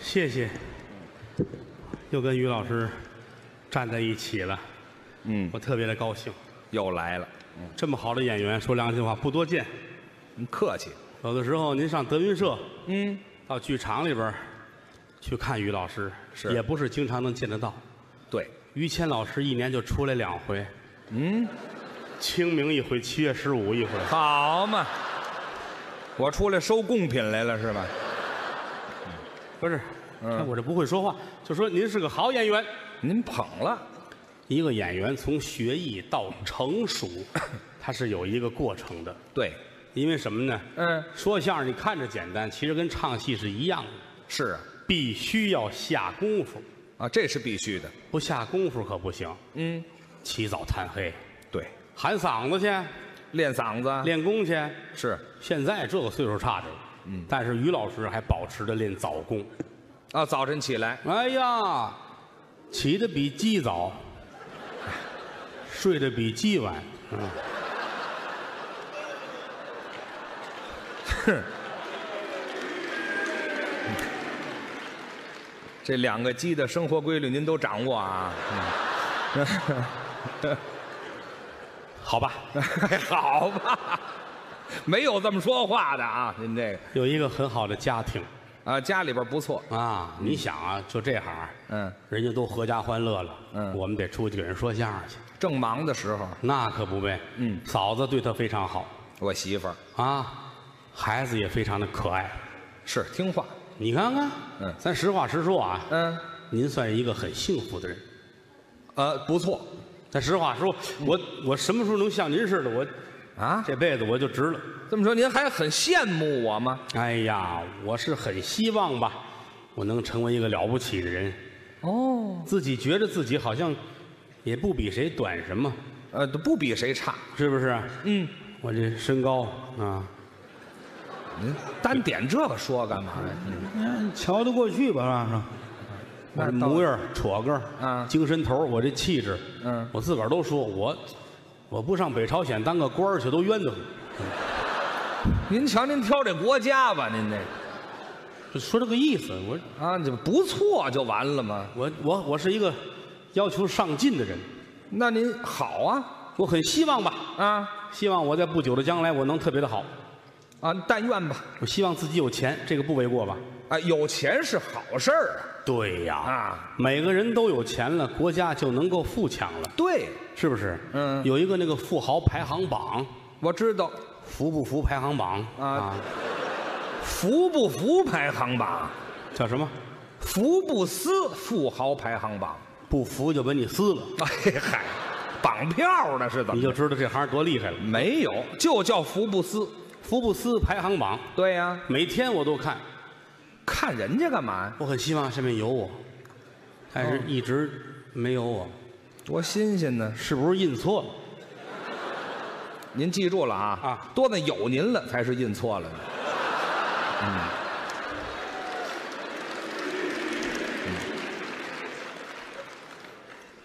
谢谢，又跟于老师站在一起了，嗯，我特别的高兴。又来了，这么好的演员，说良心话不多见，您客气。有的时候您上德云社，嗯，到剧场里边儿去看于老师，是也不是经常能见得到。对，于谦老师一年就出来两回，嗯，清明一回，七月十五一回。好嘛，我出来收贡品来了是吧？不是，嗯哎我这不会说话，就说您是个好演员。您捧了，一个演员从学艺到成 熟，他是有一个过程的。对，因为什么呢？嗯，说相声你看着简单，其实跟唱戏是一样的，是啊，必须要下功夫，啊，这是必须的。不下功夫可不行。嗯，起早贪黑，对，喊嗓子去，练嗓子练功去。是现在这个岁数差着了，嗯，但是于老师还保持着练早功。啊，早晨起来哎呀，起得比鸡早，睡得比鸡晚。嗯这两个鸡的生活规律您都掌握啊？好吧， 好吧，没有这么说话的啊，您这个有一个很好的家庭啊，家里边不错，啊，你想啊，就这行啊，嗯，人家都阖家欢乐了，嗯我们得出去给人说相声去，正忙的时候，那可不呗。嗯，嫂子对他非常好我媳妇儿啊，孩子也非常的可爱。是听话，你看看，嗯咱实话实说啊，嗯，您算一个很幸福的人。呃，不错咱实话说，我我什么时候能像您似的？我啊。这辈子我就值了。这么说您还很羡慕我吗？哎呀，我是很希望吧，我能成为一个了不起的人，哦，自己觉得自己好像也不比谁短什么，呃，都不比谁差。是不是？嗯，我这身高啊，您单点这个说干嘛呀？嗯嗯，瞧得过去吧，让让。我这那倒模样、戳个儿、嗯精神头儿，我这气质，嗯我自个儿都说我，我不上北朝鲜当个官儿去都冤得慌，您瞧您挑这国家吧，您这个就说这个意思。我啊，这不错就完了吗？我我我是一个要求上进的人，那您好啊我很希望吧，啊希望我在不久的将来我能特别的好，啊！但愿吧，我希望自己有钱，这个不为过吧？啊，有钱是好事儿啊对呀，啊，每个人都有钱了，国家就能够富强了，对，是不是？嗯有一个那个富豪排行榜，我知道，服不服排行榜啊服不服排行榜，叫什么？服不思富豪排行榜。不服就把你撕了，哎嗨，绑票呢是怎你么？就知道这行多厉害了。没有，就叫服不思。福布斯排行榜，对呀、每天我都看，看人家干嘛呀？我很希望上面有我，但是一直没有我，多新鲜呢！是不是印错了？您记住了啊啊多的有您了才是印错了呢。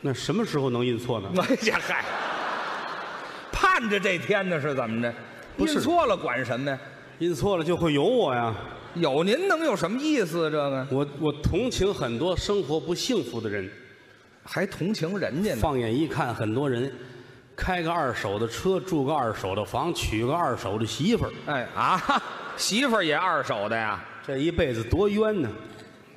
那什么时候能印错呢？哎呀嗨，盼着这天呢是怎么着？不是印错了管什么呀？印错了就会有我呀！有您能有什么意思？这个我我同情很多生活不幸福的人，还同情人家呢？放眼一看，很多人开个二手的车，住个二手的房，娶个二手的媳妇儿，哎 啊，媳妇儿也二手的呀，这一辈子多冤呢！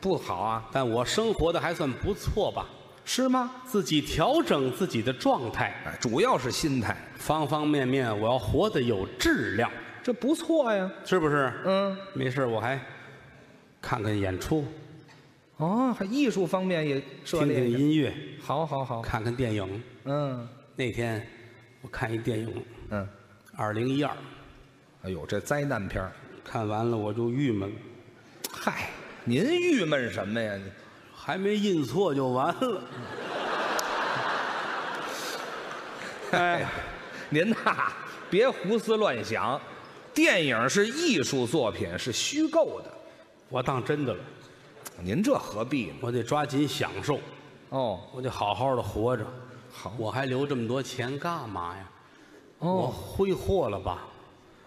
不好啊？但我生活的还算不错吧，是吗？自己调整自己的状态，哎，主要是心态，方方面面，我要活得有质量，这不错呀。是不是？嗯，没事儿，我还看看演出，哦，还艺术方面也涉听听猎一下。音乐，好好好，看看电影。嗯那天我看一电影嗯， 《二零一二》，哎呦，这灾难片儿看完了我就郁闷了，嗨，您郁闷什么呀？还没印错就完了。哎呀，您呐，别胡思乱想，电影是艺术作品，是虚构的，我当真的了，您这何必呢？我得抓紧享受，哦，我得好好的活着。好我还留这么多钱干嘛呀？我哦，挥霍了吧。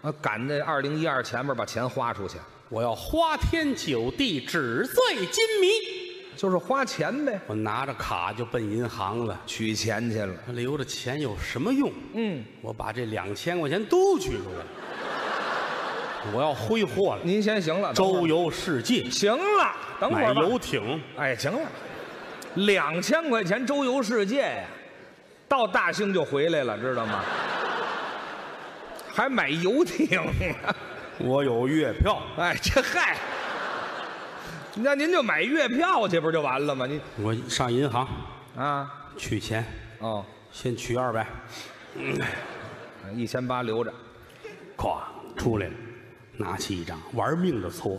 啊赶在二零一二前面把钱花出去，我要花天酒地，纸醉金迷。就是花钱呗，我拿着卡就奔银行了，取钱去了。留着钱有什么用？嗯，我把这两千块钱都取出来，我要挥霍了，您先行了，等会儿周游世界，行了，等会买儿吧。游艇，哎，行了，两千块钱周游世界呀，到大兴就回来了，知道吗？ 还买游艇呢，我有月票，哎，这嗨，那您就买月票去，不是就完了吗？您我上银行啊，取钱，哦，先取二百，一千八留着咵出来了，拿起一张，玩命的搓。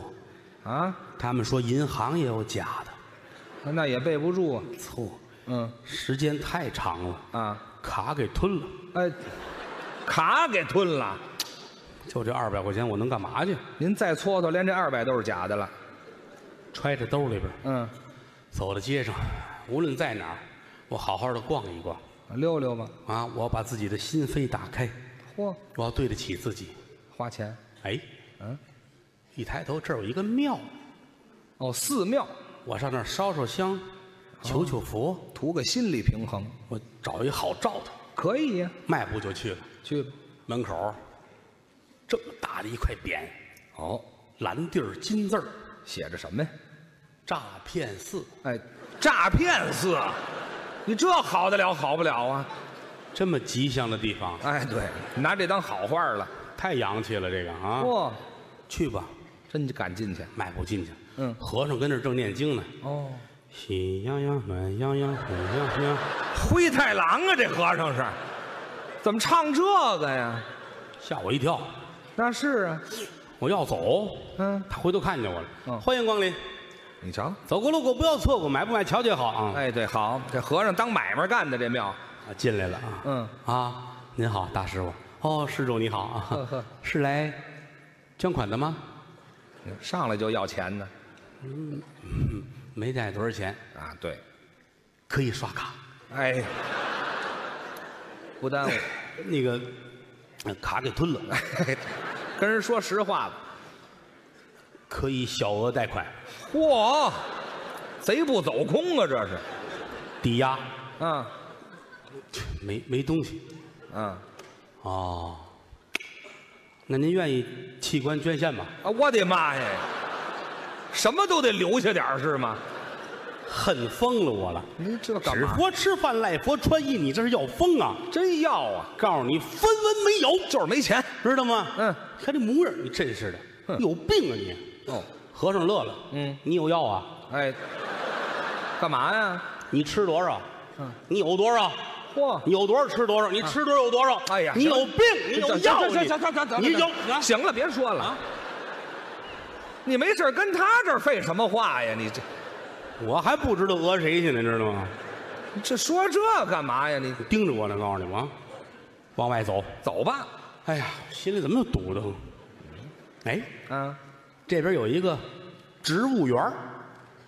啊，他们说银行也有假的，那也备不住啊，搓，嗯时间太长了，啊，卡给吞了。哎，卡给吞了，就这二百块钱，我能干嘛去？您再搓搓，连这二百都是假的了，揣着兜里边，嗯，走到街上，无论在哪儿，我好好的逛一逛溜溜吧，啊！我要把自己的心扉打开，嚯，我要对得起自己。花钱，哎，嗯，一抬头，这儿有一个庙，哦，寺庙我上那儿烧烧香，求求佛，图个心理平衡，我找一好兆头，可以呀、迈步就去了。去吧。门口这么大的一块匾，哦，蓝地儿金字儿，写着什么呀？诈骗寺。哎，诈骗寺，你这好得了好不了啊？这么吉祥的地方，哎，对，拿这当好话了。太洋气了，这个啊！哇，去吧，真敢进去？迈步进去。嗯和尚跟那儿正念经呢。哦，喜羊羊，暖羊羊，美羊羊，灰太狼啊，这和尚是，怎么唱这个呀？吓我一跳！那是啊，我要走，嗯，哦他回头看见我了，嗯欢迎光临，你瞧，走过路过不要错过，买不买瞧瞧好啊！哎，对，好，这和尚当买卖干的这庙，啊进来了啊，嗯啊，您好，大师傅，哦，施主你好呵呵啊，是来捐款的吗？上来就要钱呢。没带多少钱，啊，对，可以刷卡，哎，不耽误。那个呃卡给吞哎了，跟人说实话吧，可以小额贷款，嚯，贼不走空啊，这是，抵押，嗯没没东西嗯啊，哦。那您愿意器官捐献吗？啊我的妈呀，什么都得留下点儿是吗？恨疯了我了。您这纸佛吃饭，赖佛穿衣，你这是要疯啊！真要啊，告诉你，分文没有，就是没钱。知道吗？嗯，看这模样，你真是的，有病啊你！哦，和尚乐了，嗯，你有药啊？哎，干嘛呀？你吃多少？嗯，你有多少？嚯，你有多少吃多少？你吃多少有多少？哎呀你有病，你有药行你行行行，你有啊行了，别说了啊。你没事儿跟他这儿废什么话呀？你这我还不知道讹谁去呢，知道吗？你这说这干嘛呀？你盯着我呢，告诉你们啊，往外走。走吧，哎呀，心里怎么又堵得慌？哎，啊，这边有一个植物园儿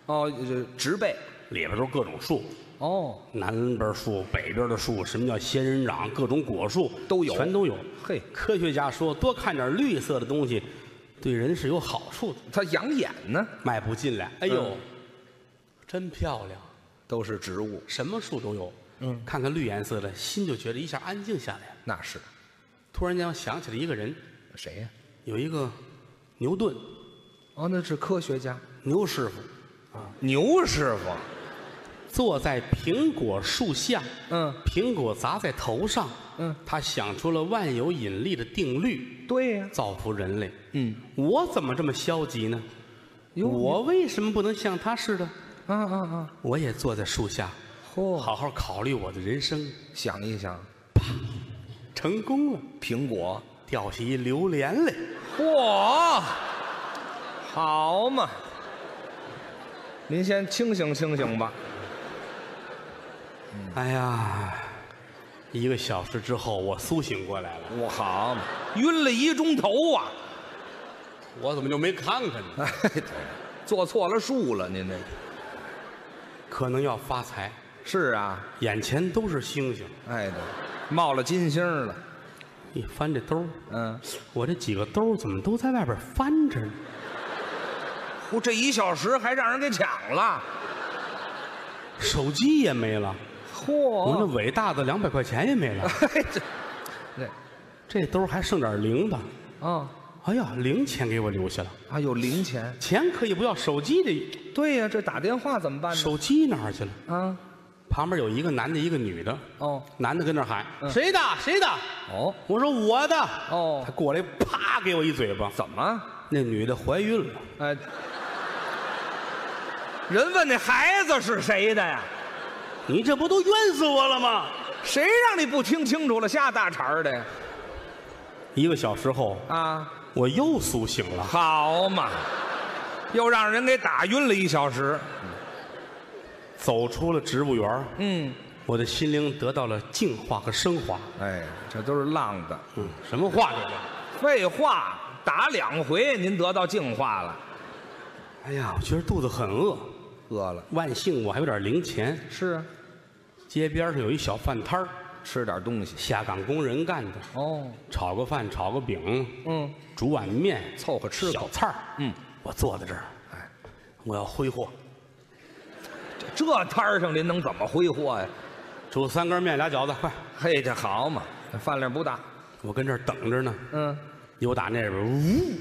哦，这植被，里边都是各种树，哦，南边树、北边的树，什么叫仙人掌，各种果树都有全都有。嘿，科学家说，多看点绿色的东西，对人是有好处的。它养眼呢，迈步进来，哎呦，嗯真漂亮，都是植物，什么树都有。嗯，看看绿颜色的，心就觉得一下安静下来了。那是突然间，我想起了一个人，谁呀、有一个牛顿，哦，那是科学家牛师傅，牛师傅，坐在苹果树下，嗯，苹果砸在头上，嗯，他想出了万有引力的定律。对呀、造福人类。嗯，我怎么这么消极呢？哟我为什么不能像他似的？啊啊啊，我也坐在树下，嚯、好好考虑我的人生。想一想，成功了，苹果，掉下一榴莲来，嚯、好嘛，您先清醒清醒吧，哎呀！一个小时之后，我苏醒过来了，我好嘛，晕了一钟头 啊，我怎么就没看看呢？哎，对做错了数了，您这可能要发财，是啊，眼前都是星星。哎对，冒了金星了，一翻这兜儿，嗯，我这几个兜儿怎么都在外边翻着呢？乎，这一小时还让人给抢了，手机也没了，我 那嚯！伟大的两百块钱也没了，嘿，这，这，这兜儿还剩点零的。啊，哎呀，零钱给我留下了，还有零钱。钱可以不要，手机得对呀、这打电话怎么办呢？手机哪儿去了？啊，旁边有一个男的，一个女的，哦，男的跟那儿喊：“谁的？谁的哦，？”我说：“我的。”哦他过来啪给我一嘴巴。怎么？那女的怀孕了，哎，人问那孩子是谁的呀？你这不都冤死我了吗？谁让你不听清楚了，瞎大茬儿的呀？一个小时后，啊，我又苏醒了。好嘛，又让人给打晕了一小时。走出了植物园儿，嗯，我的心灵得到了净化和升华。哎，这都是浪的。嗯，什么话这叫？废话，打两回您得到净化了，哎呀，我觉得肚子很饿，饿了万幸我还有点零钱。是啊，街边上有一小饭摊儿，吃点东西。下岗工人干的，哦，炒个饭，炒个饼，嗯，煮碗面，凑合吃小口。菜儿。嗯，我坐在这儿，哎，我要挥霍，这这摊儿上您能怎么挥霍呀、煮三根面俩饺子，快！嘿，这好嘛，饭量不大。我跟这儿等着呢。嗯，有打那边呜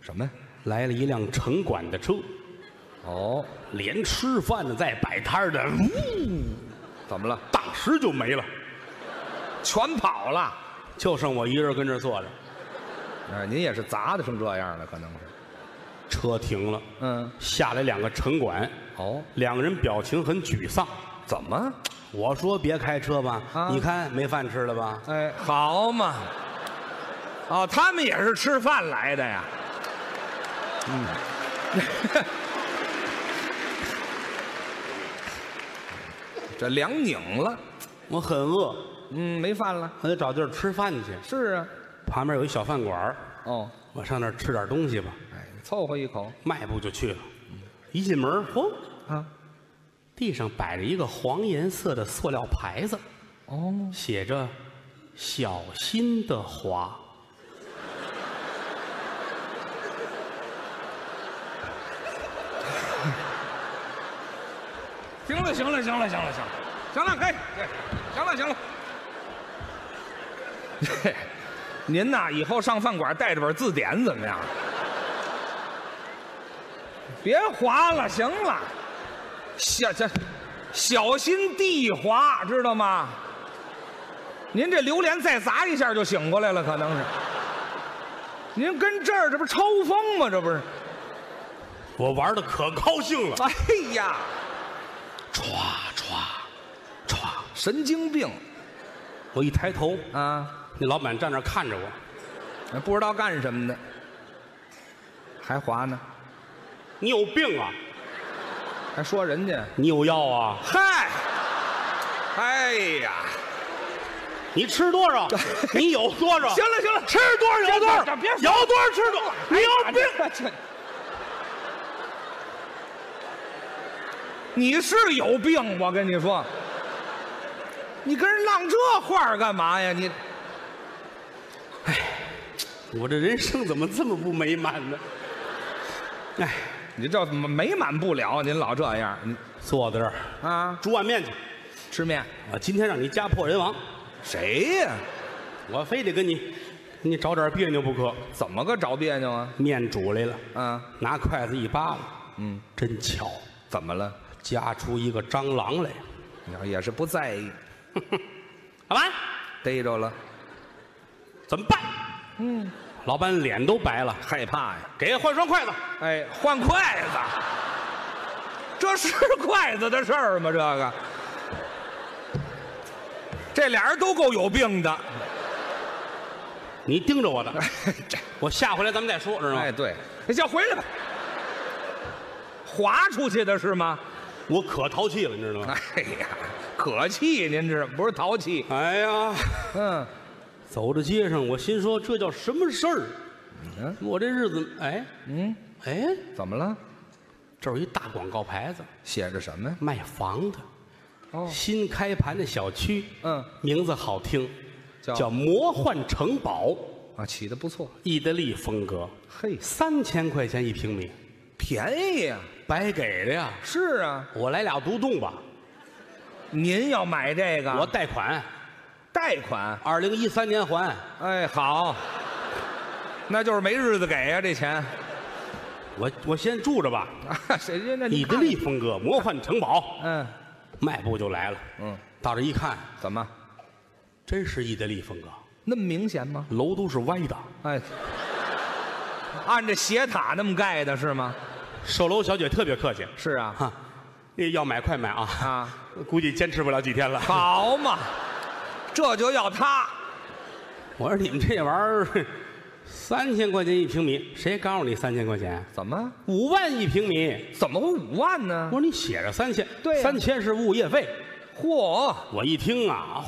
什么呀？来了一辆城管的车，哦，连吃饭的再摆摊儿的，呜，怎么了？当时就没了，全跑了。就剩我一人跟这儿坐着。哎，您也是砸的成这样了，可能是。车停了，嗯，下来两个城管，哦，两个人表情很沮丧。怎么？我说别开车吧，啊你看没饭吃了吧？哎，好嘛。哦，他们也是吃饭来的呀。嗯。这凉拧了，我很饿，嗯，没饭了。我得找地儿吃饭去。是啊。旁边有一小饭馆儿哦，我上那儿吃点东西吧。哎，凑合一口迈步就去了，一进门，嚯，啊。地上摆着一个黄颜色的塑料牌子，哦，写着“小心的滑行了，行了，行了，行了，行了，行了，可以，行了，行 了。您呐，以后上饭馆带着本字典怎么样？别划了，行了，小这小心地滑，知道吗？您这榴莲再砸一下就醒过来了，可能是。您跟这儿这不是抽风吗？这不是？”，我玩的可高兴了，哎呀，歘歘歘！神经病我一抬头，啊！那老板站那儿看着我，不知道干什么的，还划呢，你有病啊！还说人家，你有药啊？嗨，哎呀，你吃多 少？你有多少？行了哦行了，吃多少有多少，别别有多少吃多少。你有病！病！你是有病，我跟你说，你跟人浪这话儿干嘛呀？你我这人生怎么这么不美满呢？哎，你这美满不了，您老这样，你坐在这儿啊，煮碗面去。吃面我今天让你家破人亡，谁呀？我非得跟你，跟你找点别扭不可。怎么个找别扭啊？面煮来了，啊，拿筷子一扒拉，嗯，真巧，怎么了？夹出一个蟑螂来。也是不在意，老板，逮着了，怎么办？嗯，老板脸都白了，害怕呀！给换双筷子。哎，换筷子，这是筷子的事儿吗？这个，这俩人都够有病的。你盯着我 的，这，我下回来咱们再说，知道吗？哎，对，你先回来吧。划出去的是吗？我可淘气了，你知道吗？哎呀，可气，您这不是淘气？哎呀，嗯，走到街上，我心说这叫什么事儿？嗯我这日子，哎，嗯，哎，怎么了？这儿有一大广告牌子，写着什么呀？卖房的，哦新开盘的小区，嗯，名字好听，叫叫魔幻城堡，啊，起的不错。意大利风格，嘿三千块钱一平米，便宜呀、啊白给的呀。是啊，我来俩独栋吧，您要买这个，我贷款，贷款。二零一三年还。哎，好，那就是没日子给呀、这钱。 我我先住着吧。啊，谁家那伊看德利风格魔幻城堡，嗯迈步就来了。嗯，到这一看，怎么真是意大利风格，那么明显吗？楼都是歪的。哎，按着斜塔那么盖的是吗？售楼小姐特别客气，是啊，哈，那要买快买啊，啊，估计坚持不了几天了。好嘛，这就要它。 我说你们这玩意儿，三千块钱一平米，谁告诉你三千块钱？怎么五万一平米。怎么会五万呢我？说你写着三千，对呀三千是物业费。嚯，我一听啊，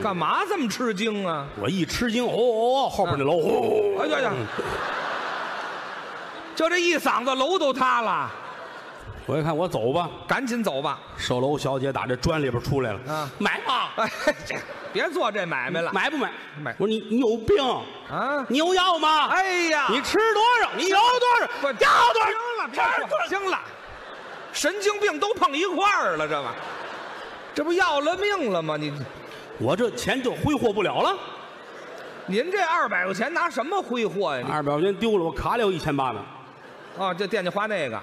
干嘛这么吃惊啊？我一吃惊，哦哦，哦后边那楼，哦哎呀呀！就这一嗓子，楼都塌了，我一看，我走吧。赶紧走吧！售楼小姐打这砖里边出来了，啊买吧，哎，这别做这买卖了。买不买？买我说你你有病，啊！你有药吗？哎呀，你吃多少？你有多少？不要多少？行了，别吃多说少？行了，神经病都碰一块儿了，这玩意儿，这不要了命了吗？你我这钱就挥霍不了了，您这二百块钱拿什么挥霍呀？二百块钱丢了，我卡里有一千八呢。你啊，就惦记花那个，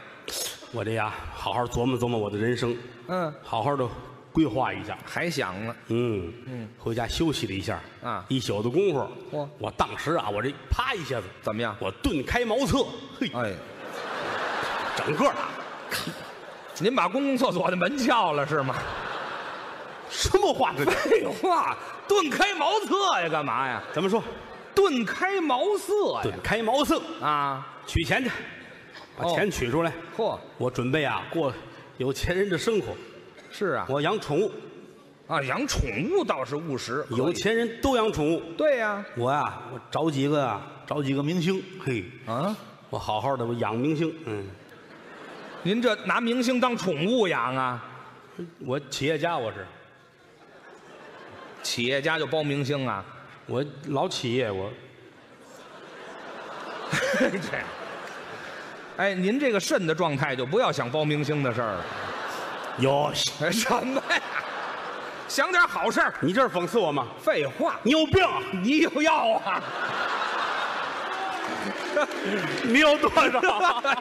我这呀，好好琢磨琢磨我的人生，嗯，好好的规划一下。还想呢，嗯嗯，回家休息了一下啊一宿的功夫，嚯我当时啊，我这啪一下子，怎么样？我顿开茅厕，嘿，哎，整个啊，您把公共厕所的门撬了是吗？什么话 这叫？废话，顿开茅厕呀，干嘛呀？怎么说？顿开茅塞呀顿开茅塞，啊！取钱去，把哦钱取出来。嚯，我准备啊，过有钱人的生活。是啊，我养宠物，啊，养宠物倒是务实，可以有。钱人都养宠物。对呀、我呀、我找几个啊，找几个明星，嘿，啊，我好好的我养明星。嗯，您这拿明星当宠物养啊？我企业家我是，企业家就包明星啊？我老企业我。这， 哎，您这个肾的状态就不要想包明星的事儿了。有，哎，什么呀？想点好事儿。你这是讽刺我吗？废话，你有病，你有药啊？ 你有多 少？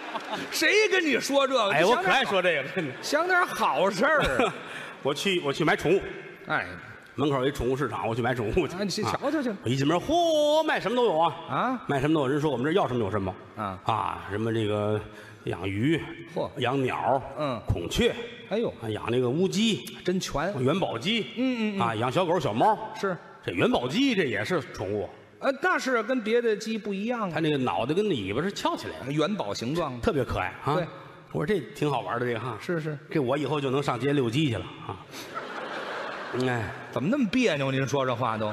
谁跟你说这个？哎，我可爱你说这个 了，真的。想点好，想点好事 儿啊。我去，我去买宠物，哎，门口有一宠物市场，我去买宠物去。啊，你去啊瞧瞧去。我一进门，嚯，卖什么都有啊！啊，卖什么都有。人说我们这儿要什么有什么。啊啊，什么这个养鱼，嚯养鸟，嗯孔雀，哎呦，啊养那个乌鸡、真全元宝鸡，嗯嗯嗯啊，养小狗、小猫。是，这元宝鸡这也是宠物，呃，那是跟别的鸡不一样它啊，那个脑袋跟尾巴是翘起来的，元宝形状的。特别可爱啊。对我说这挺好玩的这个哈。是是，这我以后就能上街遛鸡去了 啊。哎，怎么那么别扭？您说这话都，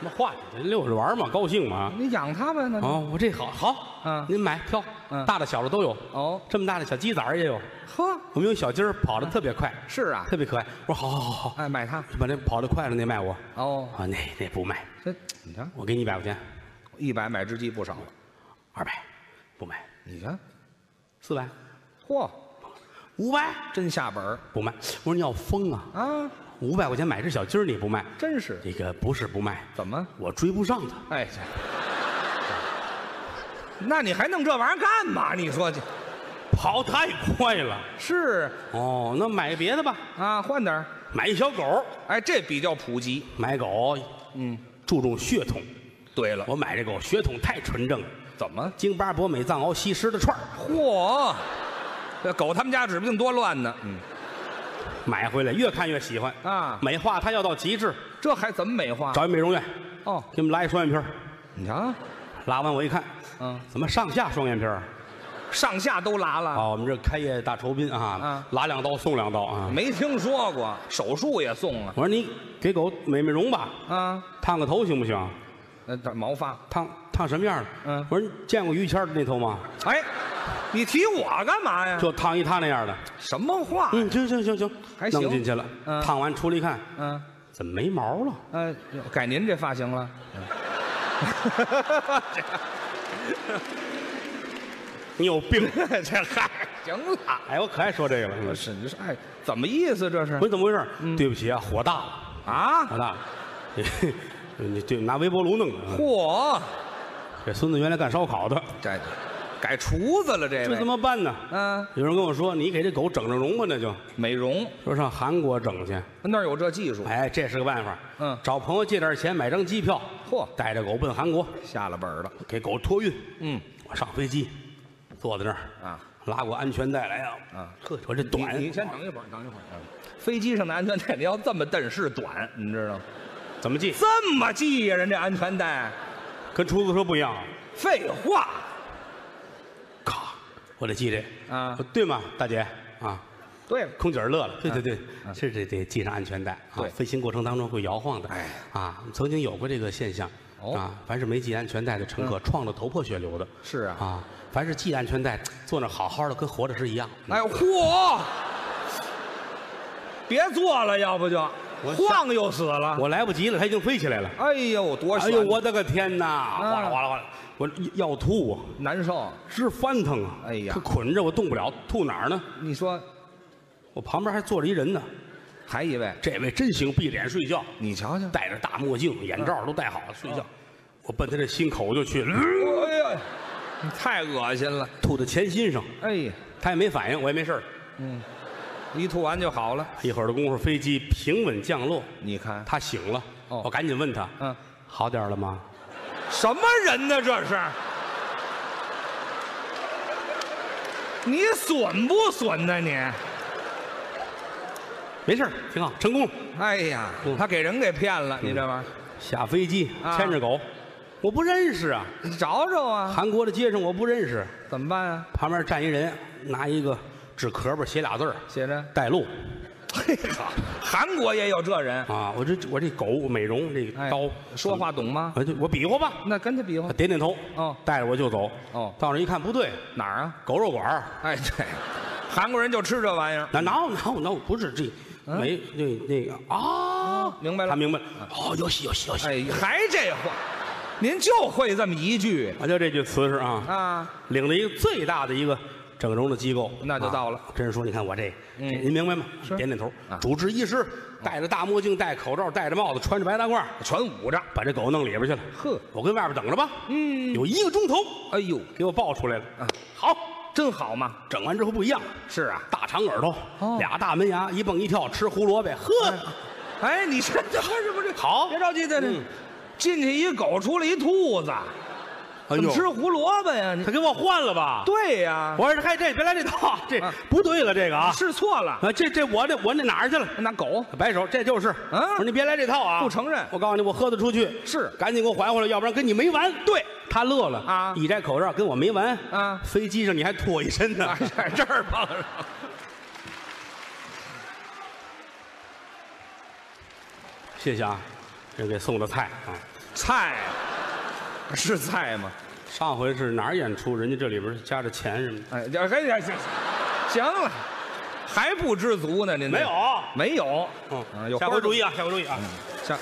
那话遛着玩嘛，高兴嘛。你养它呗，那就哦，我这好好，嗯您买挑，嗯大的小的都有，哦，这么大的小鸡崽儿也有。呵，我们有小鸡儿跑得特别快，是啊特别可爱。我说好好好好，哎，买它把那跑得快的那卖我。哦，啊，那那不卖，这你瞧，我给你一百块钱，一百买只鸡不少了，二百，不卖，你看，四百，嚯，五百真下本儿不卖。我说你要疯啊，啊，五百块钱买只小鸡儿你不卖？真是这个不是不卖，怎么？我追不上它。哎，这那你还弄这玩意儿干嘛？你说这跑太快了。是哦，那买别的吧，啊，换点儿，买一小狗，哎，这比较普及。买狗嗯，注重血统。对了，我买这狗血统太纯正了，怎么？京巴、博美、藏獒、西施的串儿嚯，这狗他们家指不定多乱呢。嗯，买回来越看越喜欢啊美化它要到极致，这还怎么美化？找一美容院哦，给我们拉一双眼皮儿，你瞧，拉完我一看，嗯，怎么上下双眼皮儿？上下都拉了，啊，我们这开业大酬宾啊啊，拉两刀送两刀啊。没听说过，手术也送啊我说你给狗美美容吧，啊，烫个头行不行？那这毛发，烫烫什么样的？嗯我说你见过于谦儿的那头吗？哎，你提我干嘛呀？就烫一他那样的。什么话？嗯，行行行行，啊还行弄进去了。嗯烫完出来一看，嗯，怎么没啊毛了？呃，改您这发型了。你有病！这嗨，行了，哎，我可爱说这个了。是嗯你说哎，怎么意思这是我说怎么回事？对不起啊，火大了，啊？火大了。 你对，拿微波炉弄的。嚯，这孙子原来干烧烤的，这改厨子了这这怎位，么办呢？嗯，有人跟我说，你给这狗整整容吧，那就美容说上韩国整去。那儿有这技术，哎，这是个办法。嗯找朋友借点钱买张机票，嚯带着狗奔韩国，下了本儿了，给狗托运。嗯我上飞机，坐在那儿啊，拉过安全带来啊。啊，呵，我这短，你你先等一会儿，等一会儿。嗯飞机上的安全带，你要这么蹬是短，你知道吗？怎么系？这么系呀，人这安全带，跟出租车不一样。啊废话咔，我得系这。啊我说对吗，大姐啊？对了，嗯空姐儿乐了，对对对，是这得系上安全带啊对飞行过程当中会摇晃的，哎，啊，曾经有过这个现象，哦嗯啊，凡是没系安全带的乘客，撞得头破血流的，是啊啊，凡是系安全带，坐那儿好好的，跟活着是一样。哎嚯！别坐了，要不就我晃悠死了。我来不及了，它已经飞起来了，哎呦，多哎悬呦，我的个天哪，嗯哗啦哗啦哗啦，我要吐啊，难受。直翻腾啊，哎呀它捆着我动不了，吐哪儿呢？你说我旁边还坐着一人呢，还一位，这位真行，闭着眼睡觉，你瞧瞧，戴着大墨镜，眼罩都戴好了睡觉，嗯我奔他这心口就去。 嗯哎呀，你太恶心了。吐到前心上，哎呀，他也没反应，我也没事儿。一吐完就好了。一会儿的功夫，飞机平稳降落，你看他醒了，哦我赶紧问他，嗯，好点儿了吗？什么人呢？这是？你损不损呢？你？没事儿，挺好，成功了。哎呀，他给人给骗了，你这玩意下飞机，啊牵着狗，我不认识啊，儿，你找找啊，韩国的街上我不认识。怎么办啊？旁边站一人，拿一个纸壳吧，写俩字儿写着。 “带路嘿好，啊韩国也有这人”。啊！我这我这狗美容这哎刀，说话懂吗？我就我比划吧，那跟他比划他点点头，哦带着我就走。哦到那儿一看不对，哪儿啊？狗肉馆儿哎，对，韩国人就吃这玩意儿。那 no no no，不是这嗯没那那个啊，明白了他明白了。哦，有戏有戏有戏，哎，还这话，您就会这么一句啊，就这句词是啊，啊？领着一个最大的一个整容的机构，那就到了嗯啊。真是说，你看我这，这您明白吗？点点头啊。主治医师戴着大墨镜，戴口罩，戴着帽子，穿着白大褂，全捂着。把这狗弄里边去了。呵，我跟外边等着吧。嗯，有一个钟头哎呦，给我抱出来了。啊好，真好嘛！整完之后不一样，是啊，大长耳朵，哦俩大门牙，一蹦一跳，吃胡萝卜。呵，哎，你这这不是不是？好别着急，这这嗯进去一狗，出来一兔子，哎怎呦么吃胡萝卜呀？你他给我换了吧？对呀，我说嗨，这别来这套，这啊不对了，这个啊，试错了，啊，这这我这我那哪儿去了？那狗摆手，这就是。嗯我说你别来这套啊！不承认我告诉你，我喝得出去。是赶紧给我还回来，要不然跟你没完。对他乐了啊一摘口罩跟我没完啊飞机上你还吐我一身呢，在哎这儿碰上。谢谢啊，这给送的菜啊。菜是菜吗？上回是哪儿演出？人家这里边加着钱什么的，哎，这嘿，行行行了，还不知足呢？您这没有。没有，啊有下花回儿注意啊，下回注意啊。下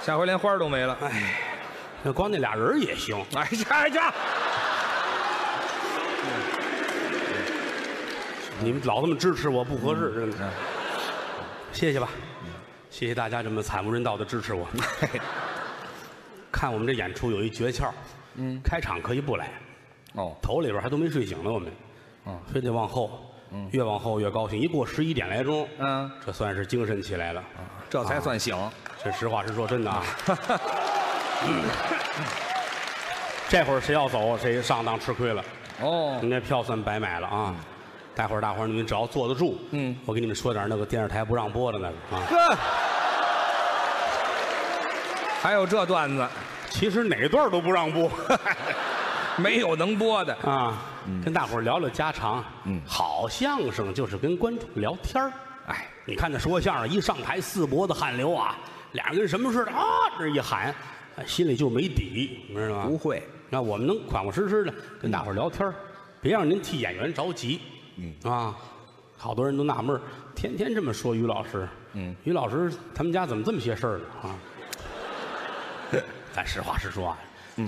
下回连花儿都没了。那光那俩人儿也行，哎呀呀，你们老这么支持我不合适，真的。谢谢吧，谢谢大家这么惨无人道的支持我。看我们这演出有一诀窍，嗯，开场可以不来，哦，头里边还都没睡醒呢，我们，嗯，非得往后，嗯，越往后越高兴，一过十一点来钟，嗯，这算是精神起来了。这才算醒。这实话实说，真的啊。嗯 这会儿谁要走，谁上当吃亏了，哦您这票算白买了啊。待会儿大伙儿你们只要坐得住，嗯，我给你们说点那个电视台不让播的那个啊。呵，还有这段子 其实哪段都不让播没有能播的。 啊，跟大伙儿聊聊家常。嗯，好相声就是跟观众聊天儿。哎，你看那说相声一上台，四脖子汗流啊，俩人跟什么似的啊，这一喊，哎心里就没底，你知道吗？不会，那我们能款款实实的跟大伙儿聊天儿别让您替演员着急。嗯啊，好多人都纳闷儿天天这么说于老师。嗯，于老师他们家怎么这么些事儿呢？ 嗯啊，咱实话实说啊，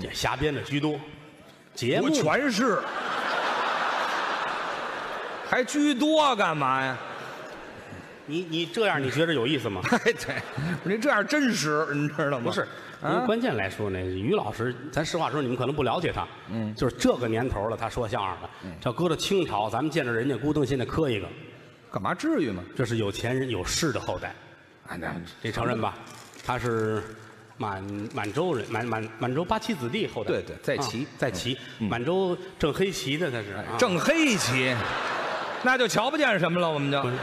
这瞎编的居多。节目我全是，还居多干嘛呀？ 你你这样你觉着有意思吗？哎，对，你这样真实，你知道吗？ 不是，啊因为关键来说呢，于老师，咱实话说，你们可能不了解他，嗯，就是这个年头了，他说相声的，这搁到清朝，咱们见着人家，咕噔现在磕一个，干嘛至于吗？这是有钱人有势的后代，啊，那得承认吧？他是满满洲人，满满满洲八旗子弟后代，对对在旗嗯哎啊在旗，满洲正黑旗的他是啊正黑旗，那就瞧不见什么了，我们就不是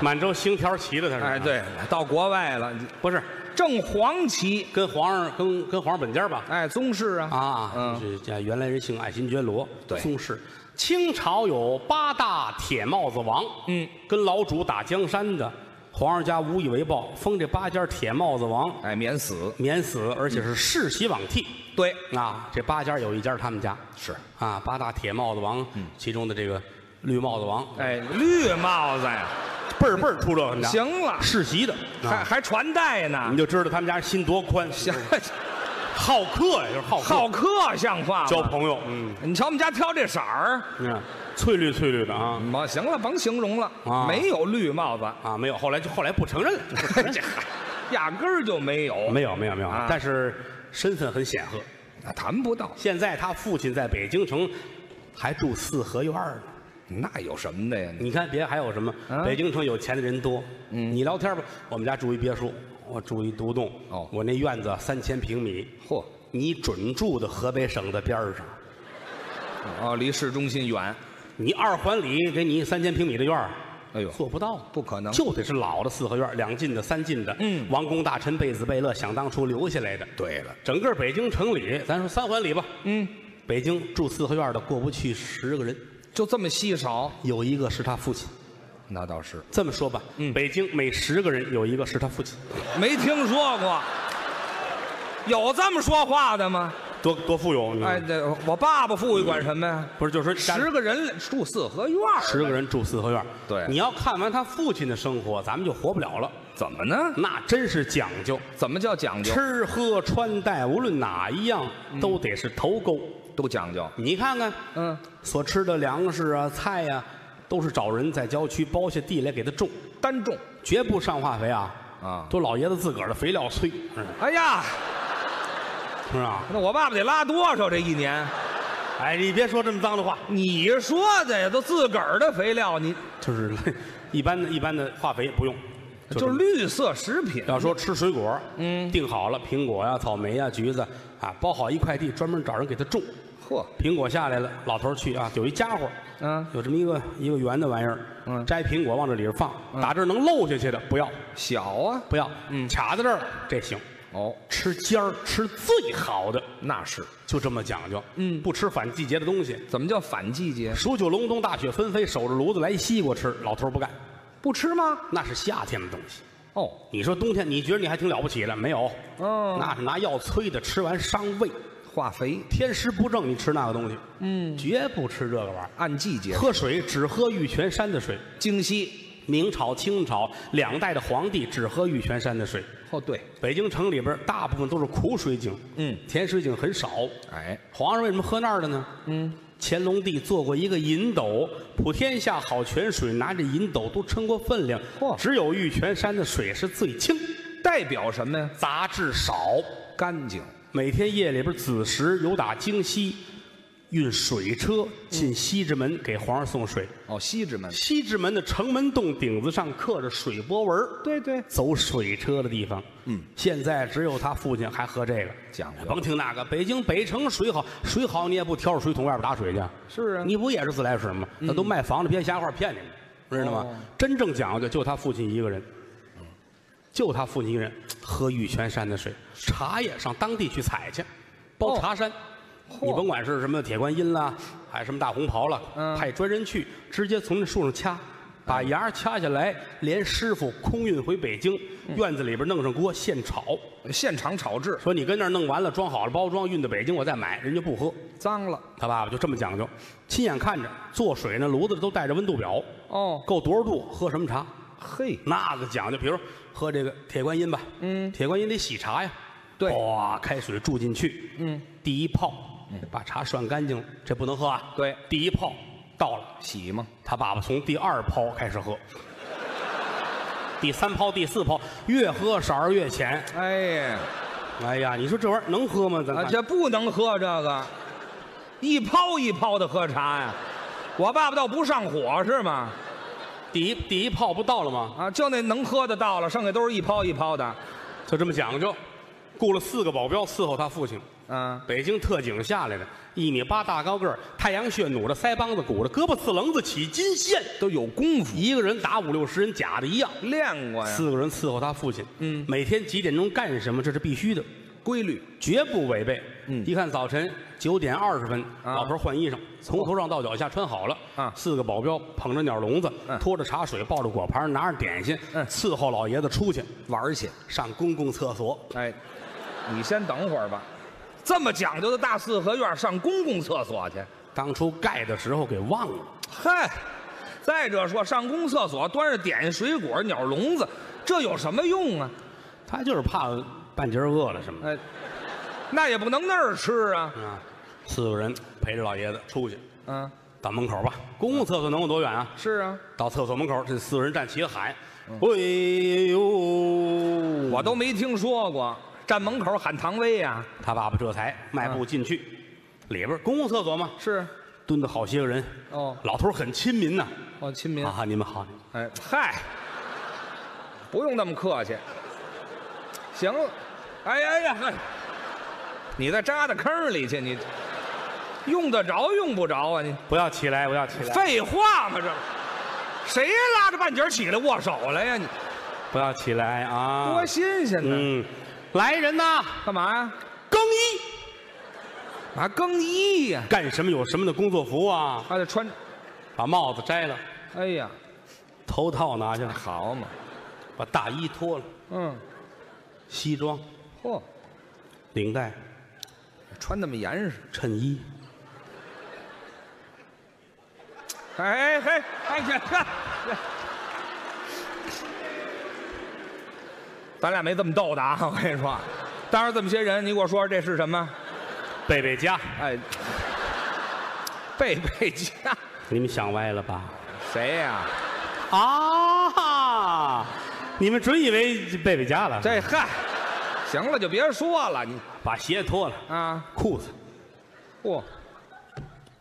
满洲星条旗的他是，哎，啊，对，到国外了，你不是正黄旗，跟皇上跟跟皇上本家吧？哎，宗室啊，啊，嗯，这这原来人姓爱新觉罗，对宗室。清朝有八大铁帽子王，嗯，跟老主打江山的，皇上家无以为报，封这八家铁帽子王哎，免死，免死，而且是世袭罔替。对，啊，这八家有一家是他们家，是，啊，八大铁帽子王，其中的这个绿帽子王，哎，绿帽子呀，辈儿辈儿出这个们家，行了，世袭的，还啊，还传代呢你，就知道他们家心多宽，行，好客呀，就是好客 好客像话吗交朋友，嗯，啊你瞧我们家挑这色儿，你看嗯翠绿翠绿的啊，妈，行了，甭形容了，啊没有绿帽子，啊，没有，后来就后来不承认 了，这压根儿就没有，没有没有没有啊，但是身份很显赫。那谈不到，现在他父亲在北京城还住四合院呢。那有什么的呀？你看别还有什么啊？北京城有钱的人多，你聊天吧。我们家住一别墅，我住一独栋，哦我那院子三千平米，嚯，你准住的河北省的边儿上，哦，离市中心远，你二环里给你三千平米的院儿，哎呦，做不到。不可能，就得是老的四合院，两进的、三进的，嗯王公大臣贝子贝勒想当初留下来的，对了，整个北京城里，咱说三环里吧，嗯，北京住四合院的过不去十个人，就这么稀少，有一个是他父亲。那倒是这么说吧，北京每十个人有一个是他父亲，没听说过，有这么说话的吗？多多富有。你知道吗哎，，对，我爸爸富裕管什么呀？不是，就是说家里十个人住四合院儿，十个人住四合院，对你要看完他父亲的生活，咱们就活不了了。怎么呢？那真是讲究，怎么叫讲究？吃喝穿戴，无论哪一样都得是头钩。都讲究，你看看，嗯，所吃的粮食啊、菜呀、都是找人在郊区包下地来给他种，单种绝不上化肥啊。啊都老爷子自个儿的肥料催，嗯哎呀，是吧？那我爸爸得拉多少这一年？哎，你别说这么脏的话，你说的呀，都自个儿的肥料，你就是一般的、一般的化肥不用，就就是啊是绿色食品，要说吃水果，嗯，定好了苹果呀、草莓呀、橘子啊，包好一块地，专门找人给他种。嚯，苹果下来了，老头儿去啊，有一家伙，嗯有这么一个一个圆的玩意儿，嗯摘苹果往这里边放，打这儿能漏下去的不要，小啊，不要，嗯，卡在这儿了这行，哦，吃尖儿，吃最好的，那是，就这么讲究，嗯，不吃反季节的东西。怎么叫反季节？数九隆冬，大雪纷飞，守着炉子来西瓜吃，老头儿不干，不吃吗？那是夏天的东西。哦，你说冬天，你觉得你还挺了不起的？没有，嗯那是拿药催的，吃完伤胃，化肥天时不正，你吃那个东西，嗯，绝不吃这个玩意儿。按季节，喝水只喝玉泉山的水，京西，明朝、清朝两代的皇帝只喝玉泉山的水。哦对，北京城里边大部分都是苦水井，嗯甜水井很少。哎，皇上为什么喝那儿的呢？嗯，乾隆帝做过一个银斗，普天下好泉水，拿着银斗都称过分量，嚯只有玉泉山的水是最清，代表什么呀？杂质少。干净，每天夜里边子时，有打京西运水车进西直门给皇上送水。哦，西直门，西直门的城门洞顶子上刻着水波纹儿对对，走水车的地方。嗯，现在只有他父亲还喝这个，讲究甭听那个，北京北城水好，水好你也不挑着水桶外边打水去，是啊你不也是自来水吗？那都卖房子，编瞎话骗你们，知道吗嗯哦？真正讲究就他父亲一个人，就他父亲一个人喝玉泉山的水，茶叶上当地去采去，包哦茶山。你甭管是什么铁观音啦，还是什么大红袍啦，嗯派专人去，直接从那树上掐，把芽掐下来，连师傅空运回北京，嗯院子里边弄上锅现炒。现场炒制，说你跟那儿弄完了，装好了包装，运到北京我再买，人家不喝。脏了，他爸爸就这么讲究，亲眼看着做水那炉子都带着温度表，哦，够多少度喝什么茶，嘿，那个讲究。比如喝这个铁观音吧，嗯，铁观音得洗茶呀，对哇，开水注进去，嗯，第一泡把茶涮干净了，这不能喝啊。对第一泡到了，洗吗？他爸爸从第二泡开始喝，第三泡、第四泡越喝色儿越浅。哎呀，哎呀，你说这玩意儿能喝吗？咱啊，看这不能喝这个，一泡一泡的喝茶呀。我爸爸倒不上火是吗？第一第一泡不到了吗？啊，就那能喝的到了，剩下都是一泡一泡的。就这么讲究，雇了四个保镖伺候他父亲。嗯，北京特警下来的，一米八大高个儿，太阳穴努着腮帮子鼓着，胳膊刺棱子起金线，都有功夫，一个人打五六十人，假的一样。练过哎呀，四个人伺候他父亲，嗯每天几点钟干什么，这是必须的，规律。绝不违背。嗯一看早晨九点二十分，啊老头换衣裳，从头上到脚下穿好了。啊四个保镖捧着鸟笼子，嗯拖着茶水，抱着果盘，拿着点心，嗯伺候老爷子出去玩儿去。上公共厕所。哎，你先等会儿吧。这么讲究的大四合院，上公共厕所去？当初盖的时候给忘了，嗨，再者说，上公厕所端着点心、水果、鸟笼子，这有什么用啊？他就是怕半截儿饿了什么的。哎，那也不能那儿吃啊。啊，四个人陪着老爷子出去，嗯、到门口吧。公共厕所能有多远啊？是啊，到厕所门口，这四个人站齐了喊：“哎呦！”我我都没听说过站门口喊唐啊薇呀、他爸爸这才迈步进去，里边公共厕所嘛，是，蹲着好些个人。哦老头儿很亲民呐，哦，亲民。啊，你们好，哎，嗨，不用那么客气。行了，哎呀呀，嗨，你再扎到坑里去，你用得着用不着啊？你不要起来，不要起来，废话嘛，这谁拉着半截儿起来握手来呀？你不要起来啊！多新鲜呢！嗯，来人呐，干嘛呀？更衣，啊，更衣呀，干什么有什么的工作服啊，还得穿。把帽子摘了，哎呀，头套拿下来，好嘛，把大衣脱了，嗯，西装、嚯，领带、穿那么严实。衬衣，哎嘿，哎呀，看，咱俩没这么逗的啊！ 我跟你说，当着这么些人，你给我说说这是什么？贝贝佳，哎，贝贝佳，你们想歪了吧？谁呀、啊，你们准以为贝贝佳了，这嗨，行了，就别说了，你把鞋脱了，啊，裤子、嚯、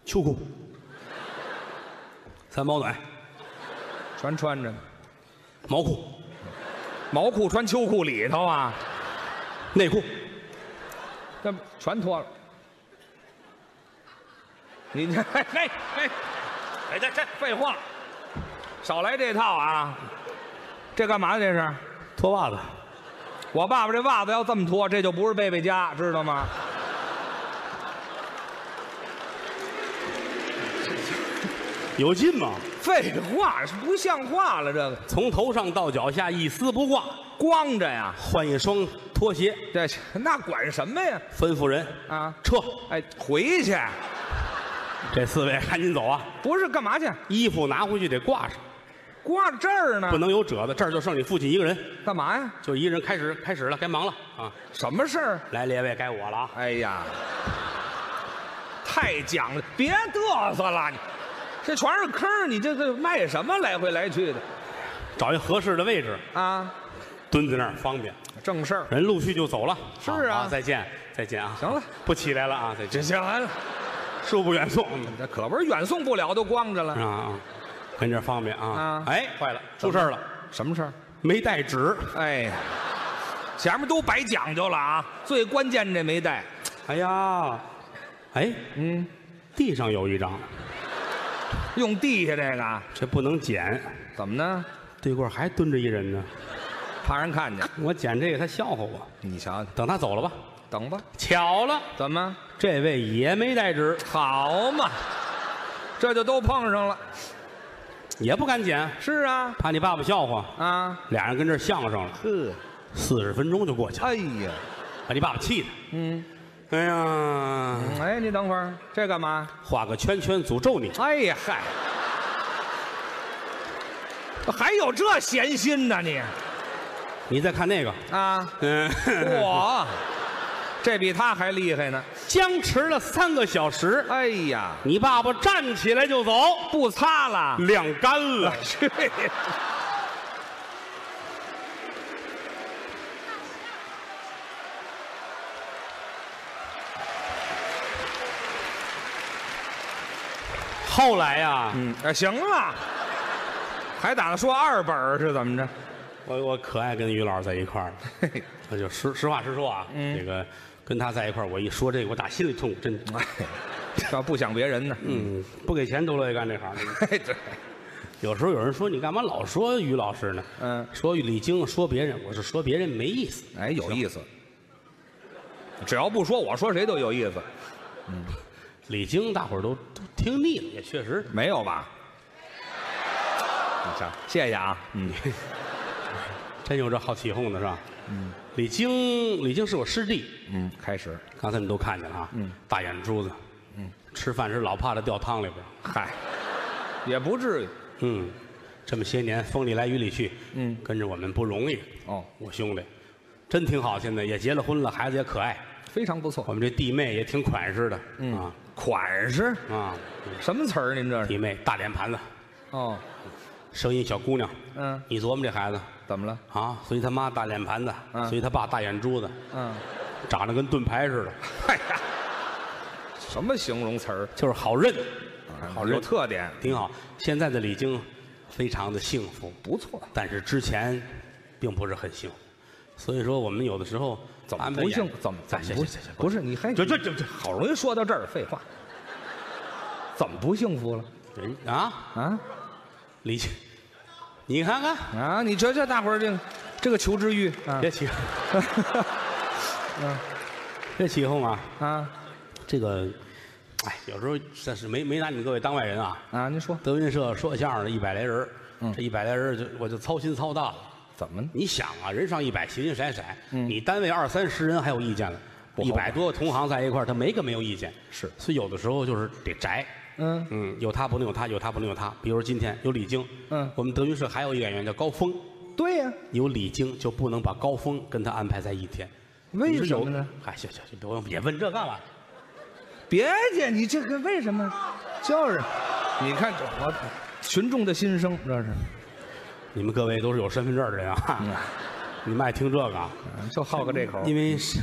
秋裤、三保暖、全穿着呢毛裤、毛裤穿秋裤里头啊，内裤，这全脱了。你这 嘿嘿嘿，哎这这废话，少来这套啊！这干嘛呢？这是脱袜子，我爸爸这袜子要这么脱，这就不是贝贝家，知道吗？有劲吗？废话，是不像话了，这个从头上到脚下一丝不挂，光着呀，换一双拖鞋，这那管什么呀？吩咐人啊，撤。哎，回去这四位赶紧走啊！不是干嘛去？衣服拿回去得挂上，挂这儿呢不？能有褶子。这儿就剩你父亲一个人，干嘛呀？就一个人开始开始了，该忙了啊！什么事儿？来，列位，该我了啊！哎呀，太讲了，别嘚瑟了，你这全是坑儿，你这这卖什么来回来去的找一合适的位置，啊？蹲在那儿方便。正事儿，人陆续就走了。是啊好再见，再见啊！行了，不起来了啊！再这见，行了，恕不远送这可不是远送不了，都光着啊了。啊！跟这儿方便啊啊！哎，坏了，出事儿了，什么事儿？没带纸。哎，前面都白讲究了啊，最关键这没带。哎呀，哎，嗯，地上有一张，用地下这个啊这不能捡。怎么呢？对过还蹲着一人呢，怕人看见？我捡这个他笑话我。你瞧瞧，等他走了吧。等吧。巧了，怎么？这位也没带纸，好嘛，这就都碰上了。也不敢捡，是啊，怕你爸爸笑话。啊，俩人跟这儿相声了，呵，四十分钟就过去了，哎呀。把你爸爸气的。嗯，哎呀，哎，你等会儿，这干嘛？画个圈圈诅咒你。哎呀，嗨， 还有这闲心呢你 你再看那个，啊！嗯，我这比他还厉害呢。僵持了三个小时，哎呀，你爸爸站起来就走，不擦了，晾干 了。去，后来呀、嗯，哎，行了，还打算说二本儿是怎么着？我我可爱跟于老师在一块儿了，嘿嘿我就实实话实说啊，嗯这个跟他在一块儿，我一说这个，我打心里痛，真嗯的，哎要不想别人呢？嗯，不给钱都乐意干这行。真的嘿，对， 有时候有人说你干嘛老说于老师呢？嗯说李菁，说别人，我是说别人没意思。哎，有意思。只要不说，我说谁都有意思，李菁大伙儿都都听腻了，也确实，没有 吧？你瞧，谢谢啊。嗯，真有这好起哄的是吧？嗯，李菁，李菁是我师弟，嗯，开始，刚才你们都看见了啊，嗯，大眼珠子，嗯，吃饭时老怕他掉汤里边儿，嗨，也不至于。嗯，这么些年风里来雨里去，嗯，跟着我们不容易，哦，我兄弟，真挺好，现在也结了婚了，孩子也可爱，非常不错。我们这弟妹也挺款式的，嗯啊款式啊，什么词儿？您这是？弟妹大脸盘子，哦，声音小姑娘，嗯，你琢磨这孩子怎么了？啊，随他妈大脸盘子，嗯随他爸大眼珠子，嗯，长得跟盾牌似的，哎呀，什么形容词儿？啊就是好认，好有认，特点，挺好。现在的李菁非常的幸福，不错。但是之前并不是很幸福，所以说我们有的时候怎么安排不演幸？怎么怎么行不行行行不是你还就就就就好容易说到这儿，废话，怎么不幸福了人啊，啊李菁，你看看，啊！你瞧瞧大伙儿这个这个求知欲啊别起，别起哄啊！ 啊这个，哎，有时候但是没没拿你们各位当外人啊。啊！您说德云社说相声的一百来人儿，嗯这一百来人儿就我就操心操大了。怎么呢？你想啊，人上一百，形形色色，你单位二三十人还有意见了，嗯不好一办百多个同行在一块儿，他没个没有意见。是所以有的时候就是得宅。嗯嗯，有他不能有他，有他不能有他。比如今天有李菁，嗯我们德云社还有一个演员叫高峰，对呀、有李菁就不能把高峰跟他安排在一天。为你说什有么呢？嗨，行行行，别问也问这干嘛？别介，你这个为什么？就是，你看这我群众的心声，这是你们各位都是有身份证的人嗯啊，你们爱听这个啊？就好个这口因为是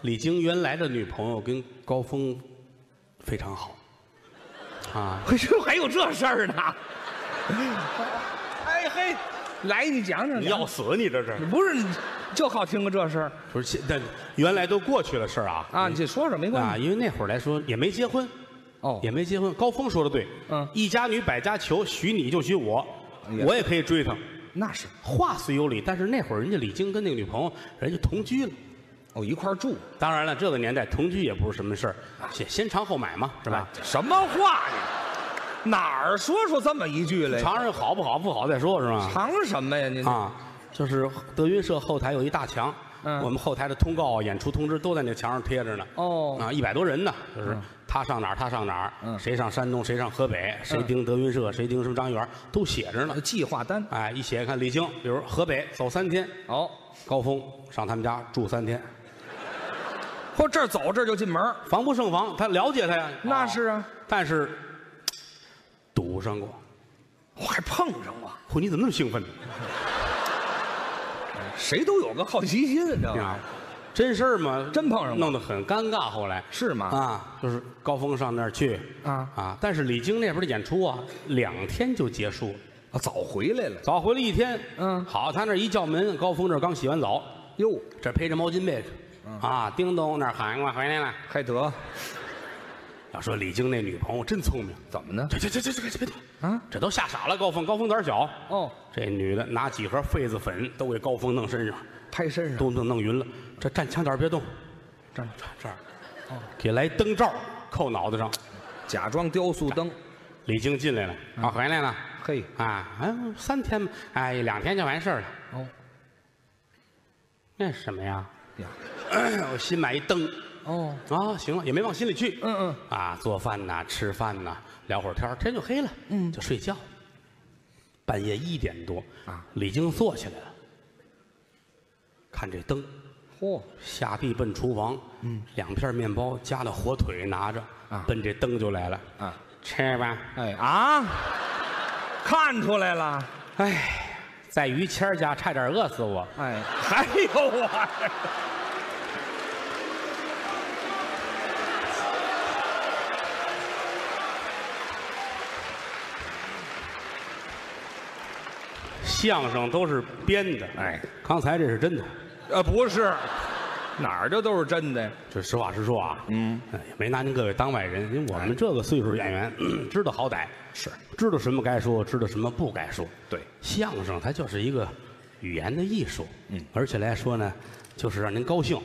李菁原来的女朋友跟高峰非常好啊，嘿，这还有这事儿呢？ 哎嘿，来， 你讲讲。讲死你这是！不是，你就好听个这事儿不是现但原来都过去的事儿啊啊！你这说说没关啊，系。因为那会儿来说也没结婚，哦也没结婚。高峰说的对，嗯一家女百家求，许你就许我哎呀，我也可以追她。那是话虽有理，但是那会儿人家李菁跟那个女朋友人家同居了。哦，一块儿住当然了，这个年代同居也不是什么事儿，先先尝后买嘛，是是吧？？啊什么话呀？哪儿说出这么一句来？尝尝好不好，不好再说，是吧？藏什么呀？您啊，就是德云社后台有一大墙，嗯我们后台的通告、演出通知都在那墙上贴着呢。哦啊，一百多人呢，就是他上哪儿，他上哪儿，嗯谁上山东，谁上河北，谁盯德云社，谁盯什么张园，都写着呢。计划单哎，一写看李菁，比如河北走三天，哦，高峰上他们家住三天，或这儿走这儿就进门儿，防不胜防，他了解他呀。那是啊哦，但是堵上过。哦我还碰上过，嚯，你怎么那么兴奋呢？嗯谁都有个好奇心，你知道吗？啊，真事儿吗？真碰上过弄得很尴尬。后来是吗啊，就是高峰上那儿去啊啊，但是李菁那边的演出啊，两天就结束了，啊，早回来了早回来一天。嗯好，他那儿一叫门，高峰这儿刚洗完澡，哟，这儿披着毛巾被子。啊，叮咚，那儿喊我回来了。还得要说李菁那女朋友真聪明，怎么呢？这这这这这这别动，嗯啊，这都吓傻了。高峰，高峰胆儿小，哦，这女的拿几盒痱子粉都给高峰弄身上，拍身上都弄弄晕了。这站墙角儿别动，这儿这儿，给来灯罩扣脑袋上。假装雕塑灯，李菁进来了，啊，回来了，嘿，啊，哎，三天吧，哎，两天就完事儿了。哦那是什么呀？呀，我新买一灯哦，啊，行了，也没往心里去。嗯嗯，啊，做饭呐，吃饭呐，聊会儿天儿天就黑了，嗯，就睡觉。半夜一点多啊，李菁坐起来了，看这灯，嚯，下地奔厨房，嗯，两片面包加了火腿拿着，啊奔这灯就来了，啊，吃吧。哎啊，看出来了，哎，在于谦儿家差点饿死我。哎，还有我，相声都是编的，哎，刚才这是真的。呃，不是，哪儿这都是真的呀？这实话实说啊，嗯，也没拿您各位当外人，因为我们这个岁数演员、嗯知道好歹，是知道什么该说，知道什么不该说。对，相声它就是一个语言的艺术，嗯，而且来说呢，就是让您高兴，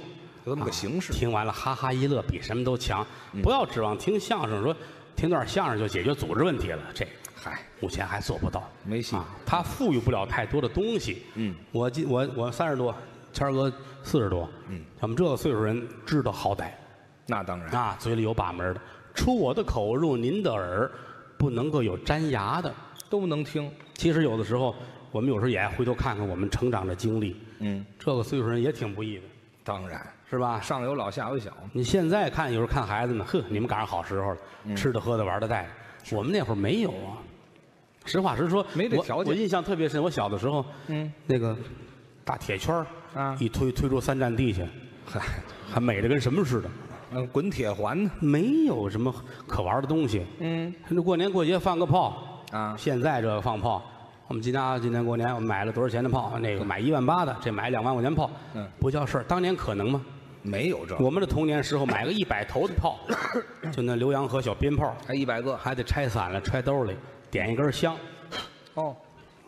有这么个形式嗯啊听完了哈哈一乐，比什么都强。不要指望听相声说听段相声就解决组织问题了，这嗨，目前还做不到，没戏啊。它赋予不了太多的东西。嗯，我今我我三十多，谦儿哥四十多，嗯，我们这个岁数人知道好歹那当然，啊，嘴里有把门的，出我的口入您的耳，不能够有粘牙的。都能听。其实有的时候，我们有时候也爱回头看看我们成长的经历。嗯，这个岁数人也挺不易的，当然，是吧？上有老，下有小。你现在看，有时候看孩子们，呵，你们赶上好时候了，嗯吃的、喝的、玩的、带的。我们那会儿没有啊。实话实说，没这我条件我印象特别深，我小的时候，嗯，那个大铁圈儿啊一推推出三站地去，嗨，还美的跟什么似的，嗯，滚铁环呢？没有什么可玩的东西。嗯，甚至过年过节放个炮啊现在这个放炮，我们今家今年过年我们买了多少钱的炮？那个买一万八的，这买两万块钱炮，嗯，不叫事儿。当年可能吗？没有这，我们的童年时候买个一百头的 炮，就那浏阳河小鞭炮，还一百个。还得拆散了揣兜里，点一根香，哦，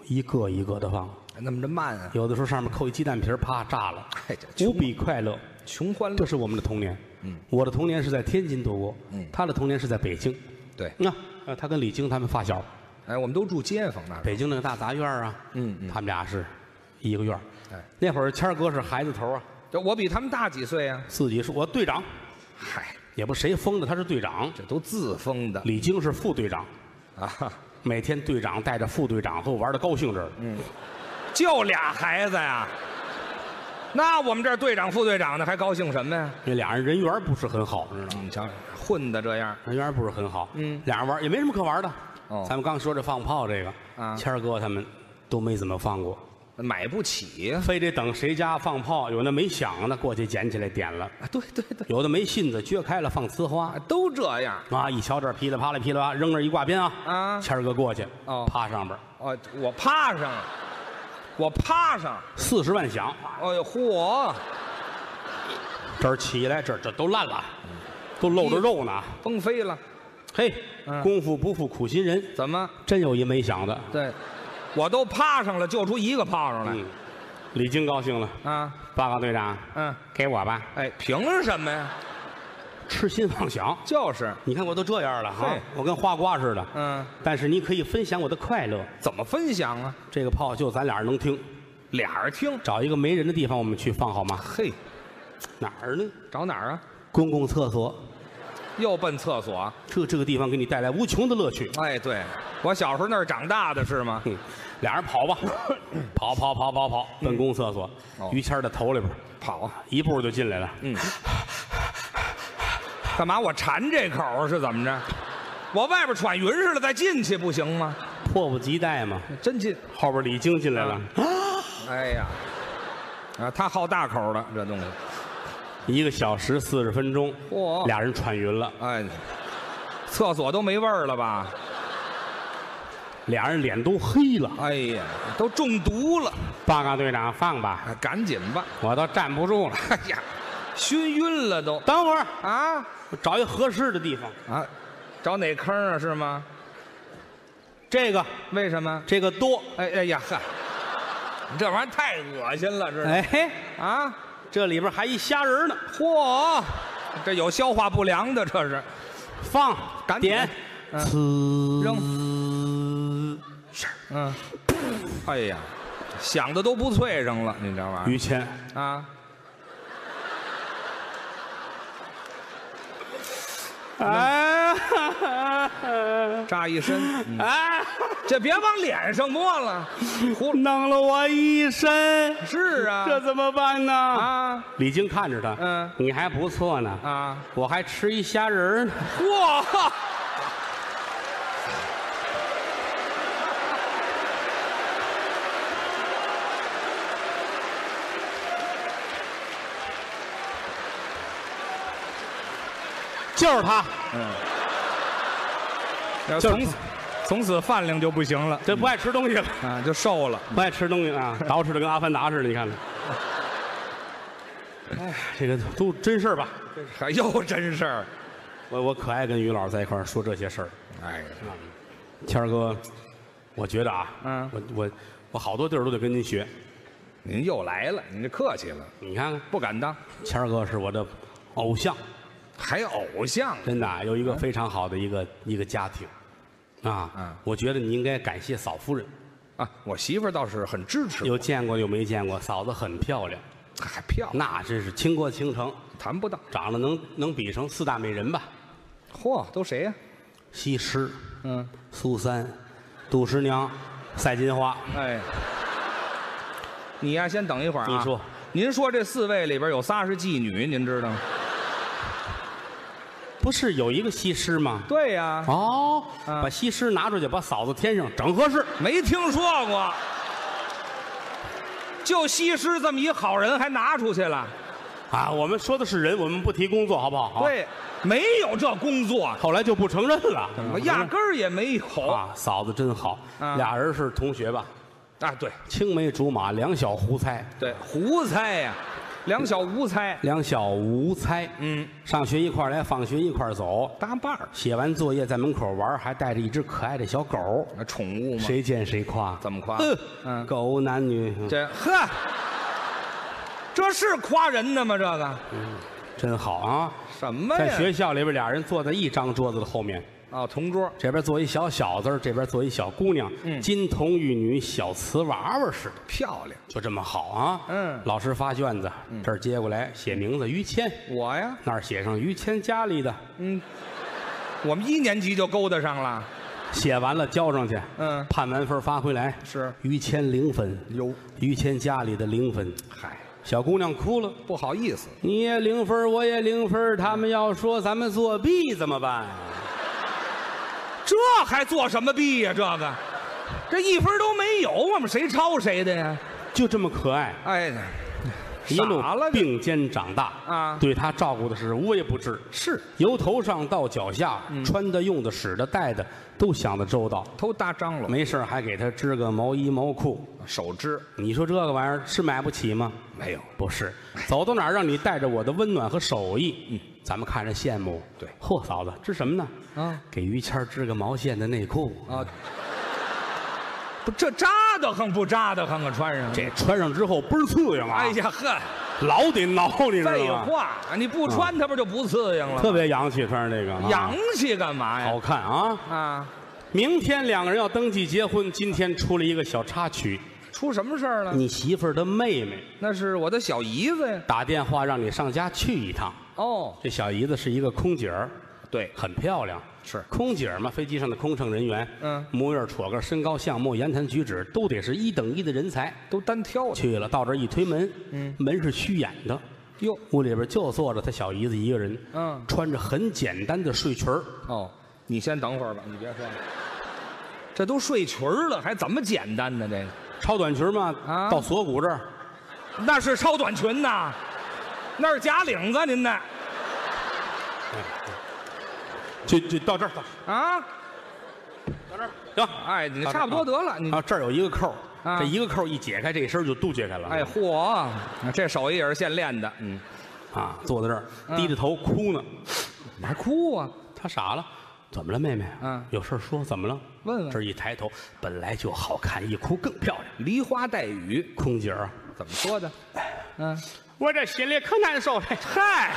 一个一个的放，那么这慢啊？有的时候上面扣一鸡蛋皮儿，啪炸了，哎，这无穷嗯比快乐。穷欢这乐。是我们的童年。我的童年是在天津度过，嗯他的童年是在北京。对，那、呃他跟李菁他们发小，哎，我们都住街坊那儿。北京那个大杂院儿啊，嗯嗯他们俩是一个院儿哎那会儿谦儿哥是孩子头儿啊，这我比他们大几岁啊？自己是我队长，嗨，也不谁封的，他是队长。这都自封的李菁是副队长，啊，每天队长带着副队长和我玩的高兴着呢。嗯就俩孩子呀。那我们这儿队长、副队长的还高兴什么呀？那俩人人缘不是很好，知道吗？你瞧，混的这样，人缘不是很好。嗯俩人玩也没什么可玩的。哦咱们刚说这放炮这个，啊谦儿哥他们都没怎么放过，买不起呀、非得等谁家放炮，有那没响的过去捡起来点了，啊。对对对，有的没信子撅开了放呲花啊，都这样。啊！一瞧这儿噼里啪啦噼里啪啦，扔那儿一挂鞭啊！啊谦儿哥过去，哦趴上边哦，我趴上了，我趴上。四十万响，哎呦，嚯，这儿起来，这儿这都烂了，嗯都露着肉呢。崩飞了！嘿，嗯功夫不负苦心人，怎么？真有一没响的。对，我都趴上了，就出一个炮上来、嗯，李菁高兴了，啊！报告队长，嗯，给我吧，哎，凭什么呀？痴心妄想。就是，你看我都这样了哈嘿，我跟花瓜似的。嗯，但是你可以分享我的快乐，怎么分享啊？这个炮就咱俩人能听。俩人听，找一个没人的地方，我们去放好吗？嘿，哪儿呢？找哪儿啊？公共厕所，又奔厕所。这这个地方给你带来无穷的乐趣。哎，对，我小时候那儿长大的是吗？嗯，俩人 跑吧，跑跑跑跑跑，奔公共厕所嗯哦。嗯于谦儿的头里边儿，跑，一步就进来了。干嘛？我馋这口儿是怎么着？我外边喘匀似的再进去不行吗？迫不及待嘛。真进，后边李菁进来了，哎呀，啊，他好大口儿的这东西。一个小时四十分钟，嚯俩人喘匀了，哎，厕所都没味儿了吧？俩人脸都黑了。哎呀，都中毒了，报告队长，放吧，啊赶紧吧！我都站不住了。哎呀，熏晕了都等会儿，啊我找一合适的地方。啊！找哪坑啊？是吗？这个，为什么？这个多。哎哎呀，嗨，你 这玩意儿太恶心了，这是、哎，啊！这里边还一虾仁呢，嚯，这有消化不良的，这是放，赶紧点，嗯呲扔扔。嗯。哎呀，想的都不脆生了，你这玩意于谦，儿啊！嗯哎，扎一身， 哎，这别往脸上抹了。胡弄了我一身，是嗯啊，这怎么办呢？啊李菁看着他，嗯你还不错呢，啊，我还吃一虾仁儿呢。嚯！就是他，就是从此从此饭量就不行了这不爱吃东西了，啊，就瘦了。不爱吃东西 啊，捯饬的跟阿凡达似的，你看看。哎，这个都真事儿吧？还哎又真事儿，我我可爱跟于老师在一块儿说这些事儿。哎，谦儿哥，我觉得啊，嗯我我我好多地儿都得跟您学。您又来了，您这客气了，你看看，不敢当，谦儿哥是我的偶像，还偶像真的啊有一个非常好的一个一个家庭，啊，嗯我觉得你应该感谢嫂夫人，啊！我媳妇儿倒是很支持我，有见过有没见过，嫂子很漂亮，还漂亮，那真是倾国倾城，谈不到。长得能能比成四大美人吧？嚯，都谁呀、西施、嗯，苏三、杜十娘、赛金花，哎，你呀，先等一会儿啊。你说，您说这四位里边有仨是妓女，您知道吗？不是有一个西施吗？对呀、哦，嗯把西施拿出去，把嫂子添上，整合适。没听说过。就西施这么一好人，还拿出去了？啊，我们说的是人，我们不提工作，好不好？，对，没有这工作，后来就不承认了，我压根儿也没有啊啊，嫂子真好，啊俩人是同学吧？对青梅竹马，两小无猜，对，胡猜呀、两小无猜，两小无猜，嗯，上学一块儿来，放学一块儿走，搭伴儿，写完作业在门口玩，还带着一只可爱的小狗，那宠物嘛，谁见谁夸，怎么夸？嗯，狗无男女，嗯这呵，这是夸人的吗？这个真好啊！什么在哎呀？学校里边，俩人坐在一张桌子的后面，啊，同桌这边坐一小小子儿，这边坐一小姑娘，嗯金童玉女，小瓷娃娃似的。漂亮，就这么好啊！嗯老师发卷子，这儿接过来写名字于谦，我呀，那儿写上于谦家里的，我们一年级就勾搭上了，写完了交上去，嗯判完分发回来是于谦零分，有，于谦家里的零分。嗨，小姑娘哭了，不好意思，你也零分，我也零分，他们要说咱们作弊怎么办？这还做什么弊呀、这个，这一分都没有，我们谁抄谁的呀？就这么可爱，哎，一傻路了这并肩长大啊对他照顾的是无微不至，是由头上到脚下，嗯穿的、用的、使的、带的都想得周到。都搭张罗，没事儿还给他织个毛衣毛裤。手织你说这个玩意儿是买不起吗？没有，不是，走到哪儿让你带着我的温暖和手艺，嗯，咱们看着羡慕。对嚯，嫂子织什么呢？啊给于谦儿织个毛线的内裤，啊，不这扎的很不扎的很啊，穿上这穿上之后倍儿刺痒啊！哎，呀呵，老得挠，你知废道吗？话，你不穿它不就不刺痒了吗？特别洋气，穿上这个啊洋气干嘛呀？好看啊！啊，明天两个人要登记结婚，今天出了一个小插曲，出什么事儿了？你媳妇儿的妹妹那是我的小姨子呀。打电话让你上家去一趟。哦，这小姨子是一个空姐儿，对，很漂亮，是空姐儿嘛，飞机上的空乘人员，嗯模样、戳个、身高、相貌、言谈举止，都得是一等一的人才。都单挑的。去了，到这儿一推门，嗯，门是虚掩的，哟，屋里边就坐着她小姨子一个人，嗯穿着很简单的睡裙儿，哦，你先等会儿吧，你别说了。这都睡裙儿了，还怎么简单呢？这个超短裙嘛，啊到锁骨这儿，那是超短裙呐，那是假领子，您那就就到这儿，到啊？这儿行，哎，你到这儿差不多得了，你啊，这儿有一个扣儿，啊这一个扣儿一解开，这一身儿就都解开了，哎嚯，这手艺也是现练的，嗯，啊，坐在这儿低着头哭呢，你还哭啊？他傻了，怎么了，妹妹？啊嗯有事儿说，怎么了？问问这一抬头，本来就好看，一哭更漂亮。梨花带雨空姐儿啊，怎么说的？嗯，我这心里可难受了，嗨，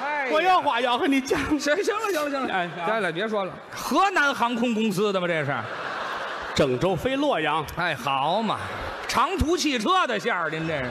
哎呀我有话要和你讲。 行行了，行了，行哎了，啊对了，别说了，河南航空公司的吗？这是？郑州飞洛阳，哎，好嘛，长途汽车的线儿，您这是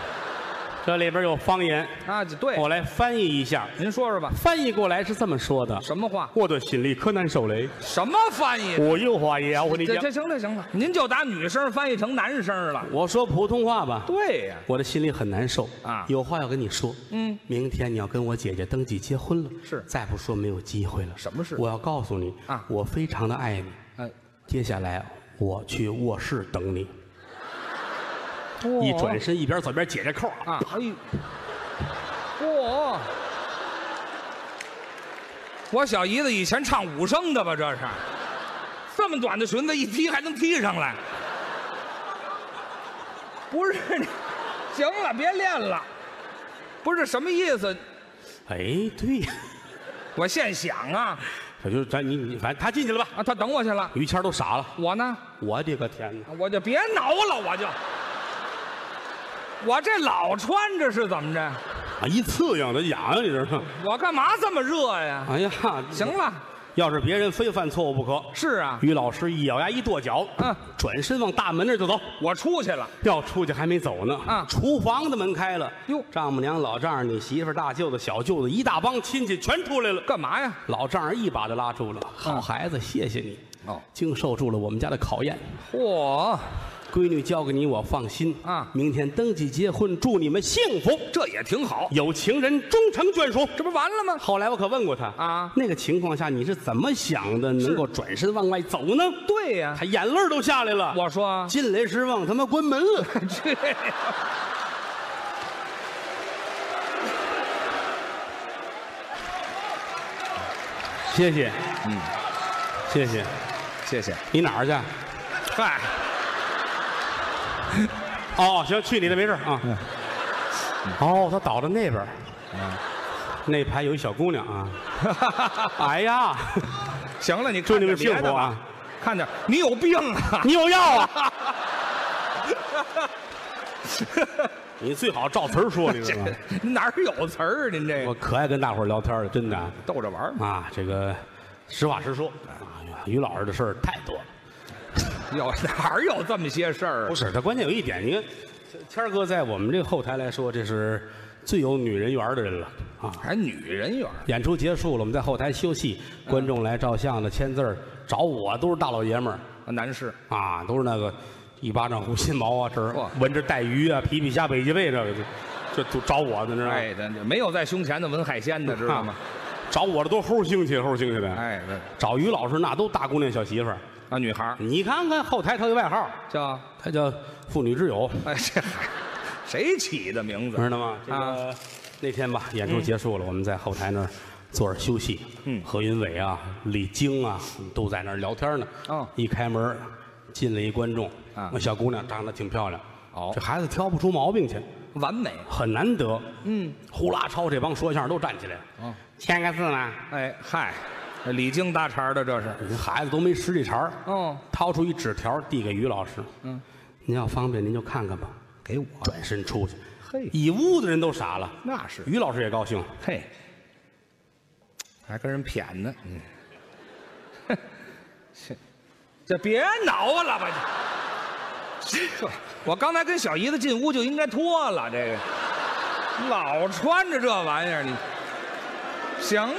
这里边有方言，啊，对，我来翻译一下。您说说吧，翻译过来是这么说的：什么话？我的心里可难受嘞，什么翻译？我有话也要和你这讲。这行了行了，您就打女声翻译成男声了。我说普通话吧，对呀、我的心里很难受啊有话要跟你说。嗯，明天你要跟我姐姐登记结婚了，是再不说没有机会了。什么事我要告诉你啊我非常的爱你。哎，接下来我去卧室等你，一转身一边走一边解这扣哦啊，哎呦，嚯！我小姨子以前唱武生的吧，这是，这么短的裙子一踢还能踢上来，不是你，行了，别练了，不是什么意思，哎，对 呀，我现想啊这就是咱你你反正他进去了吧？啊，他等我去了，于谦都傻了，我呢，我的个天哪！我就别挠了，我就，我这老穿着是怎么着？啊，一刺痒的痒痒，你知道吗？我干嘛这么热呀？哎呀，行，了，要是别人非犯错误不可。是啊，于老师一咬牙一跺脚，嗯转身往大门那儿就走。我出去了。要出去还没走呢，啊厨房的门开了，哟丈母娘、老丈人、你媳妇儿、大舅子、小舅子，一大帮亲戚全出来了。干嘛呀？老丈人一把就拉住啊了，好孩子，谢谢你，哦，经受住了我们家的考验，嚯，闺女交给你，我放心啊明天登记结婚，祝你们幸福，这也挺好，有情人终成眷属。这不完了吗？后来我可问过他啊那个情况下你是怎么想的，能够转身往外走呢？对呀、他眼泪儿都下来了。我说进来时往他妈关门了，这， 谢谢，嗯，谢谢。谢谢。你哪儿去？啊 嗨，哦，行，去你的没事儿啊。哦，他倒到那边儿，嗯那排有一小姑娘啊。哎呀，行了，你祝看你点们幸别福 的吧，啊！看点，你有病啊！你有药 啊？你最好照词儿说，你知道吗？ 哪儿有词儿？啊您这我个可爱跟大伙儿聊天了，真的啊逗着玩儿，啊，这个实话实说啊，于老师的事儿太多了。有哪儿有这么些事儿不啊？是，他关键有一点，你看，天儿哥在我们这个后台来说，这是最有女人缘儿的人了啊。还女人缘儿，演出结束了，我们在后台休息，观众来照相的、签字儿找我，都是大老爷们儿啊男士，啊，都是那个一巴掌胡心毛啊，这儿嚯闻着带鱼啊、皮皮虾、北极贝这个，这都找我的，你知道吗？哎，咱这没有在胸前的文海鲜的，知道吗啊？？找我的都齁兴起，齁兴起的。哎，对找于老师那都大姑娘小媳妇儿，啊，女孩儿你看看后台他有外号，叫他叫妇女之友，哎，这嗨谁起的名字？知道吗？这个那天吧，演出结束了，我们在后台那儿坐着休息。嗯何云伟啊，李菁啊，都在那儿聊天呢。哦一开门进来一观众，啊那小姑娘长得挺漂亮。哦这孩子挑不出毛病去，完美，很难得。嗯，呼啦超这帮说相声都站起来了。哦，签个字吗？哎嗨，李菁搭茬儿的这是。人孩子都没识这茬儿。哦，掏出一纸条递给于老师。嗯，您要方便您就看看吧。给我，转身出去，嘿一屋子人都傻了。那是于老师也高兴。嘿，还跟人谝呢，嗯， 这别挠了吧，这 这我刚才跟小姨子进屋就应该脱了，这个老穿着这玩意儿，你行了，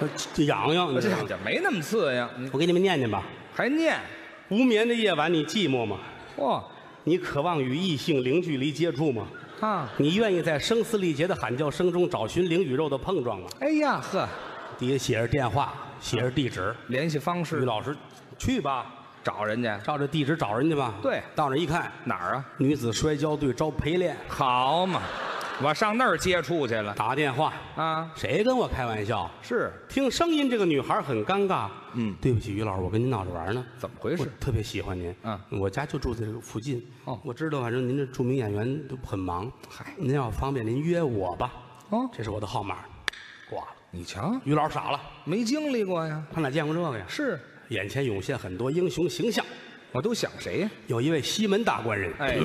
这这痒痒，你这知道这吗这没那么刺呀，你我给你们念念吧。还念，无眠的夜晚，你寂寞吗？嚯、你渴望与异性零距离接触吗？啊，你愿意在声嘶力竭的喊叫声中找寻灵与肉的碰撞吗？哎呀呵，底下写着电话，写着地址。联系方于式老师，去吧，找人家照这地址找人去吧。对到那儿一看，哪儿啊？女子摔跤队招陪练，好嘛，我上那儿接触去了打电话，啊，谁跟我开玩笑？是听声音，这个女孩很尴尬。嗯对不起，于老师，我跟您闹着玩呢。怎么回我事？特别喜欢您，嗯我家就住在这个附近。哦我知道，反正您这著名演员都很忙。嗨您要方便，您约我吧。哦这是我的号码，挂了。你瞧，于老师傻了，没经历过呀。他哪见过这个呀？是，眼前涌现很多英雄形象，我都想谁呀？有一位西门大官人，哎，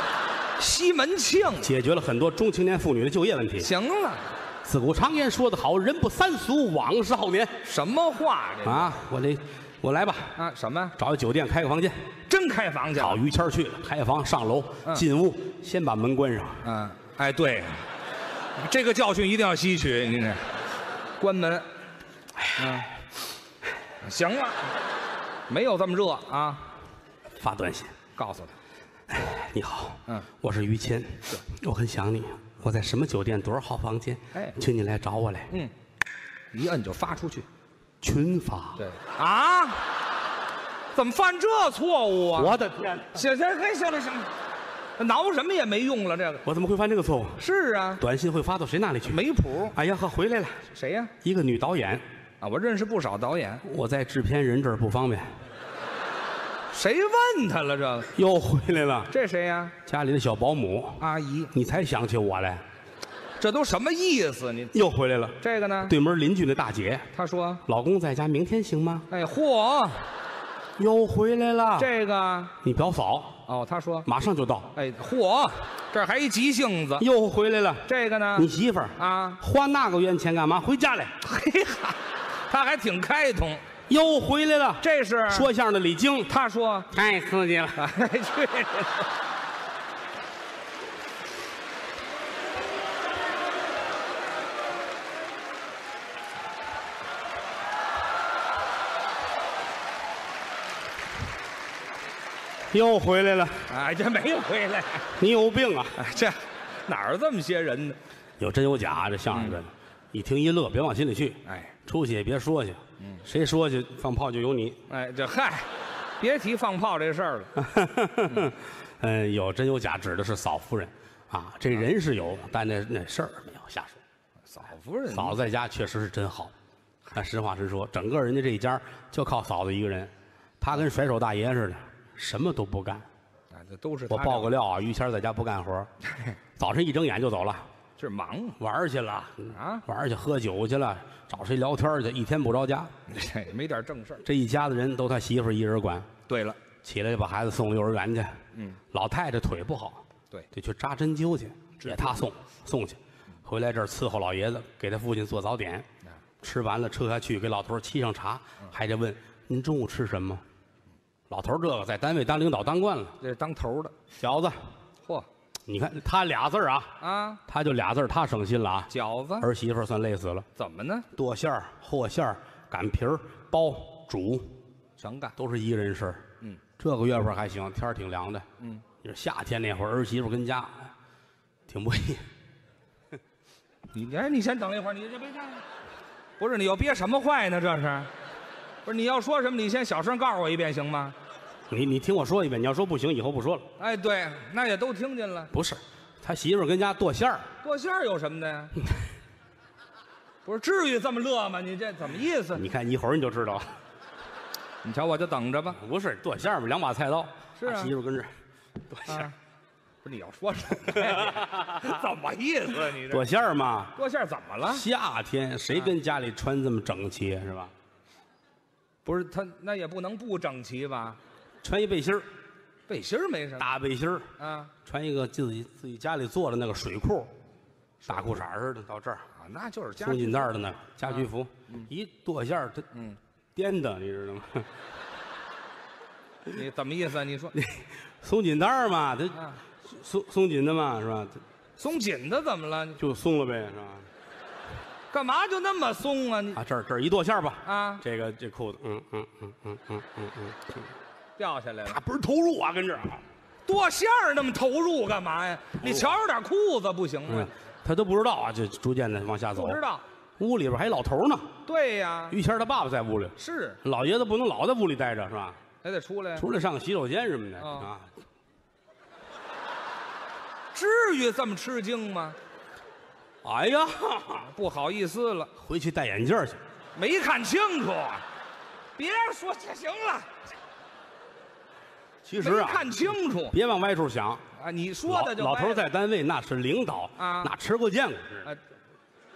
西门庆。解决了很多中青年妇女的就业问题。行了，自古常言说得好，人不三俗，枉是好年什么话这？啊！我这我来吧，啊，什么呀？找一酒店开个房间，真开房去了找于谦儿去了，开房上楼嗯进屋，先把门关上。嗯，哎，对，这个教训一定要吸取。您这关门，哎，行了，没有这么热啊！发短信，告诉他，你好，嗯，我是于谦，我很想你，我在什么酒店多少号房间？哎请你来找我来，嗯，一摁就发出去。群发。对啊，怎么犯这错误啊？我的天，行行行行了行了，挠什么也没用了，这个我怎么会犯这个错误？是啊，短信会发到谁那里去？没谱。哎呀呵，回来了，谁呀、一个女导演，啊，我认识不少导演，我在制片人这儿不方便，谁问他了？这个又回来了，这谁呀、家里的小保姆，阿姨，你才想起我来，这都什么意思？你又回来了。这个呢？对门邻居那大姐，他说老公在家，明天行吗？：“哎，嚯，又回来了。这个你表嫂哦。”他说马上就到，：“哎，嚯，这儿还一急性子。啊又回来了。这个呢你媳妇儿啊花那个冤钱干嘛？回家来，？” 嘿哈，他还挺开通。又回来了。这是说相声的李菁他 说太刺激了：“，哎，去你的又回来了。哎，这没回来。你有病啊！哎，这哪儿这么些人呢？有真有假，这相声的，一听一乐，别往心里去。哎出去也别说去，谁说去放炮就有你。哎，这嗨，别提放炮这事儿了。 嗯，有真有假，指的是嫂夫人啊。这人是有，但那那事儿没有瞎说。嫂夫人，嫂子在家确实是真好，但实话实说，整个人家这一家就靠嫂子一个人，她跟甩手大爷似的，什么都不干。哎这都是我他爆个这料啊，于谦在家不干活，早晨一睁眼就走了，这是忙 啊玩儿去了啊，玩儿去喝酒去了，找谁聊天去，一天不着家。这没点正事儿。这一家子人都他媳妇儿一人管，对了，起来就把孩子送幼儿园去。嗯，老太太腿不好，对，得去扎针灸去，也他送送去，回来这儿伺候老爷子，给他父亲做早点，吃完了撤下去给老头儿沏上茶，还得问您中午吃什么。老头儿这个在单位当领导当惯了，这是当头的。小子，嚯你看他俩字儿啊，啊，他就俩字儿，他省心了啊。饺子儿媳妇儿算累死了，怎么呢？剁馅儿、和馅儿、擀皮儿、包、煮，全干。都是一个人事儿。嗯，这个月份还行，天儿挺凉的。嗯，就是夏天那会儿，儿媳妇跟家挺不 易。你哎，你先等一会儿，啊你这别干。不是你又憋什么坏呢？这是，不是你要说什么？你先小声告诉我一遍行吗？你你听我说一遍，你要说不行，以后不说了。哎，对，那也都听见了。不是，他媳妇儿跟家剁馅儿，剁馅儿有什么的 呀？不是，至于这么乐吗？你这怎么意思？你看一会儿你就知道了。你瞧，我就等着吧。不是剁馅儿嘛，两把菜刀。是啊他媳妇儿跟这儿剁馅儿啊，不是你要说什么呀？ 怎么意思啊？你这剁馅儿嘛。剁馅儿怎么了？夏天谁跟家里穿这么整齐是吧？不是他那也不能不整齐吧？穿一背心儿，背心儿没什么大背心儿，啊穿一个自己自己家里做的那个水裤，大裤衩儿似的到这儿，啊，那就是家啊松紧带儿的那个家居服，一剁馅儿它嗯，颠的，你知道吗？ 你怎么意思啊？你说松紧带儿嘛，它啊，松松紧的嘛是吧？ 松紧的怎么了？你就松了呗是吧？干嘛就那么松啊？你啊，这儿这儿一剁馅儿吧，啊，这个这裤子，嗯嗯嗯嗯嗯嗯嗯，掉下来了他，倍儿投入啊，跟这儿啊，剁馅儿那么投入干嘛呀？你瞧着点裤子不行嗯吗？，他都不知道啊，就逐渐的往下走。不知，道，屋里边还有老头儿呢，对呀，于谦儿他爸爸在屋里，是老爷子不能老在屋里待着是吧？还得出来呀，出来上个洗手间什么的哦啊，至于这么吃惊吗？哎呀， 不好意思了，回去戴眼镜儿去。没看清楚啊。别说这行了，其实没啊，看清楚别往歪处想，啊！你说老的就老头歪儿在单位那是领导啊那吃过见过，啊，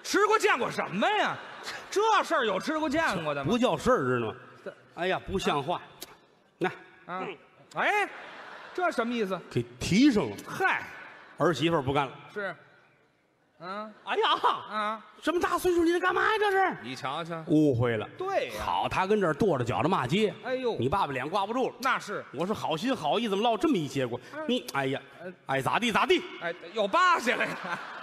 吃过见过什么呀？这事儿有吃过见过的吗？不叫事儿，知道吗这？哎呀，不像话，那啊，哎，这什么意思？给提上了。嗨，儿媳妇儿不干了，是，嗯哎呀，啊，这么大岁数你这干嘛呀？这是你瞧瞧，误会了。对呀、好，他跟这儿跺着脚的骂街。哎呦你爸爸脸挂不住了。那是，我是好嗯呃心好意，怎么落这么一结果？你哎呀，哎咋地咋地？哎，有疤下来了，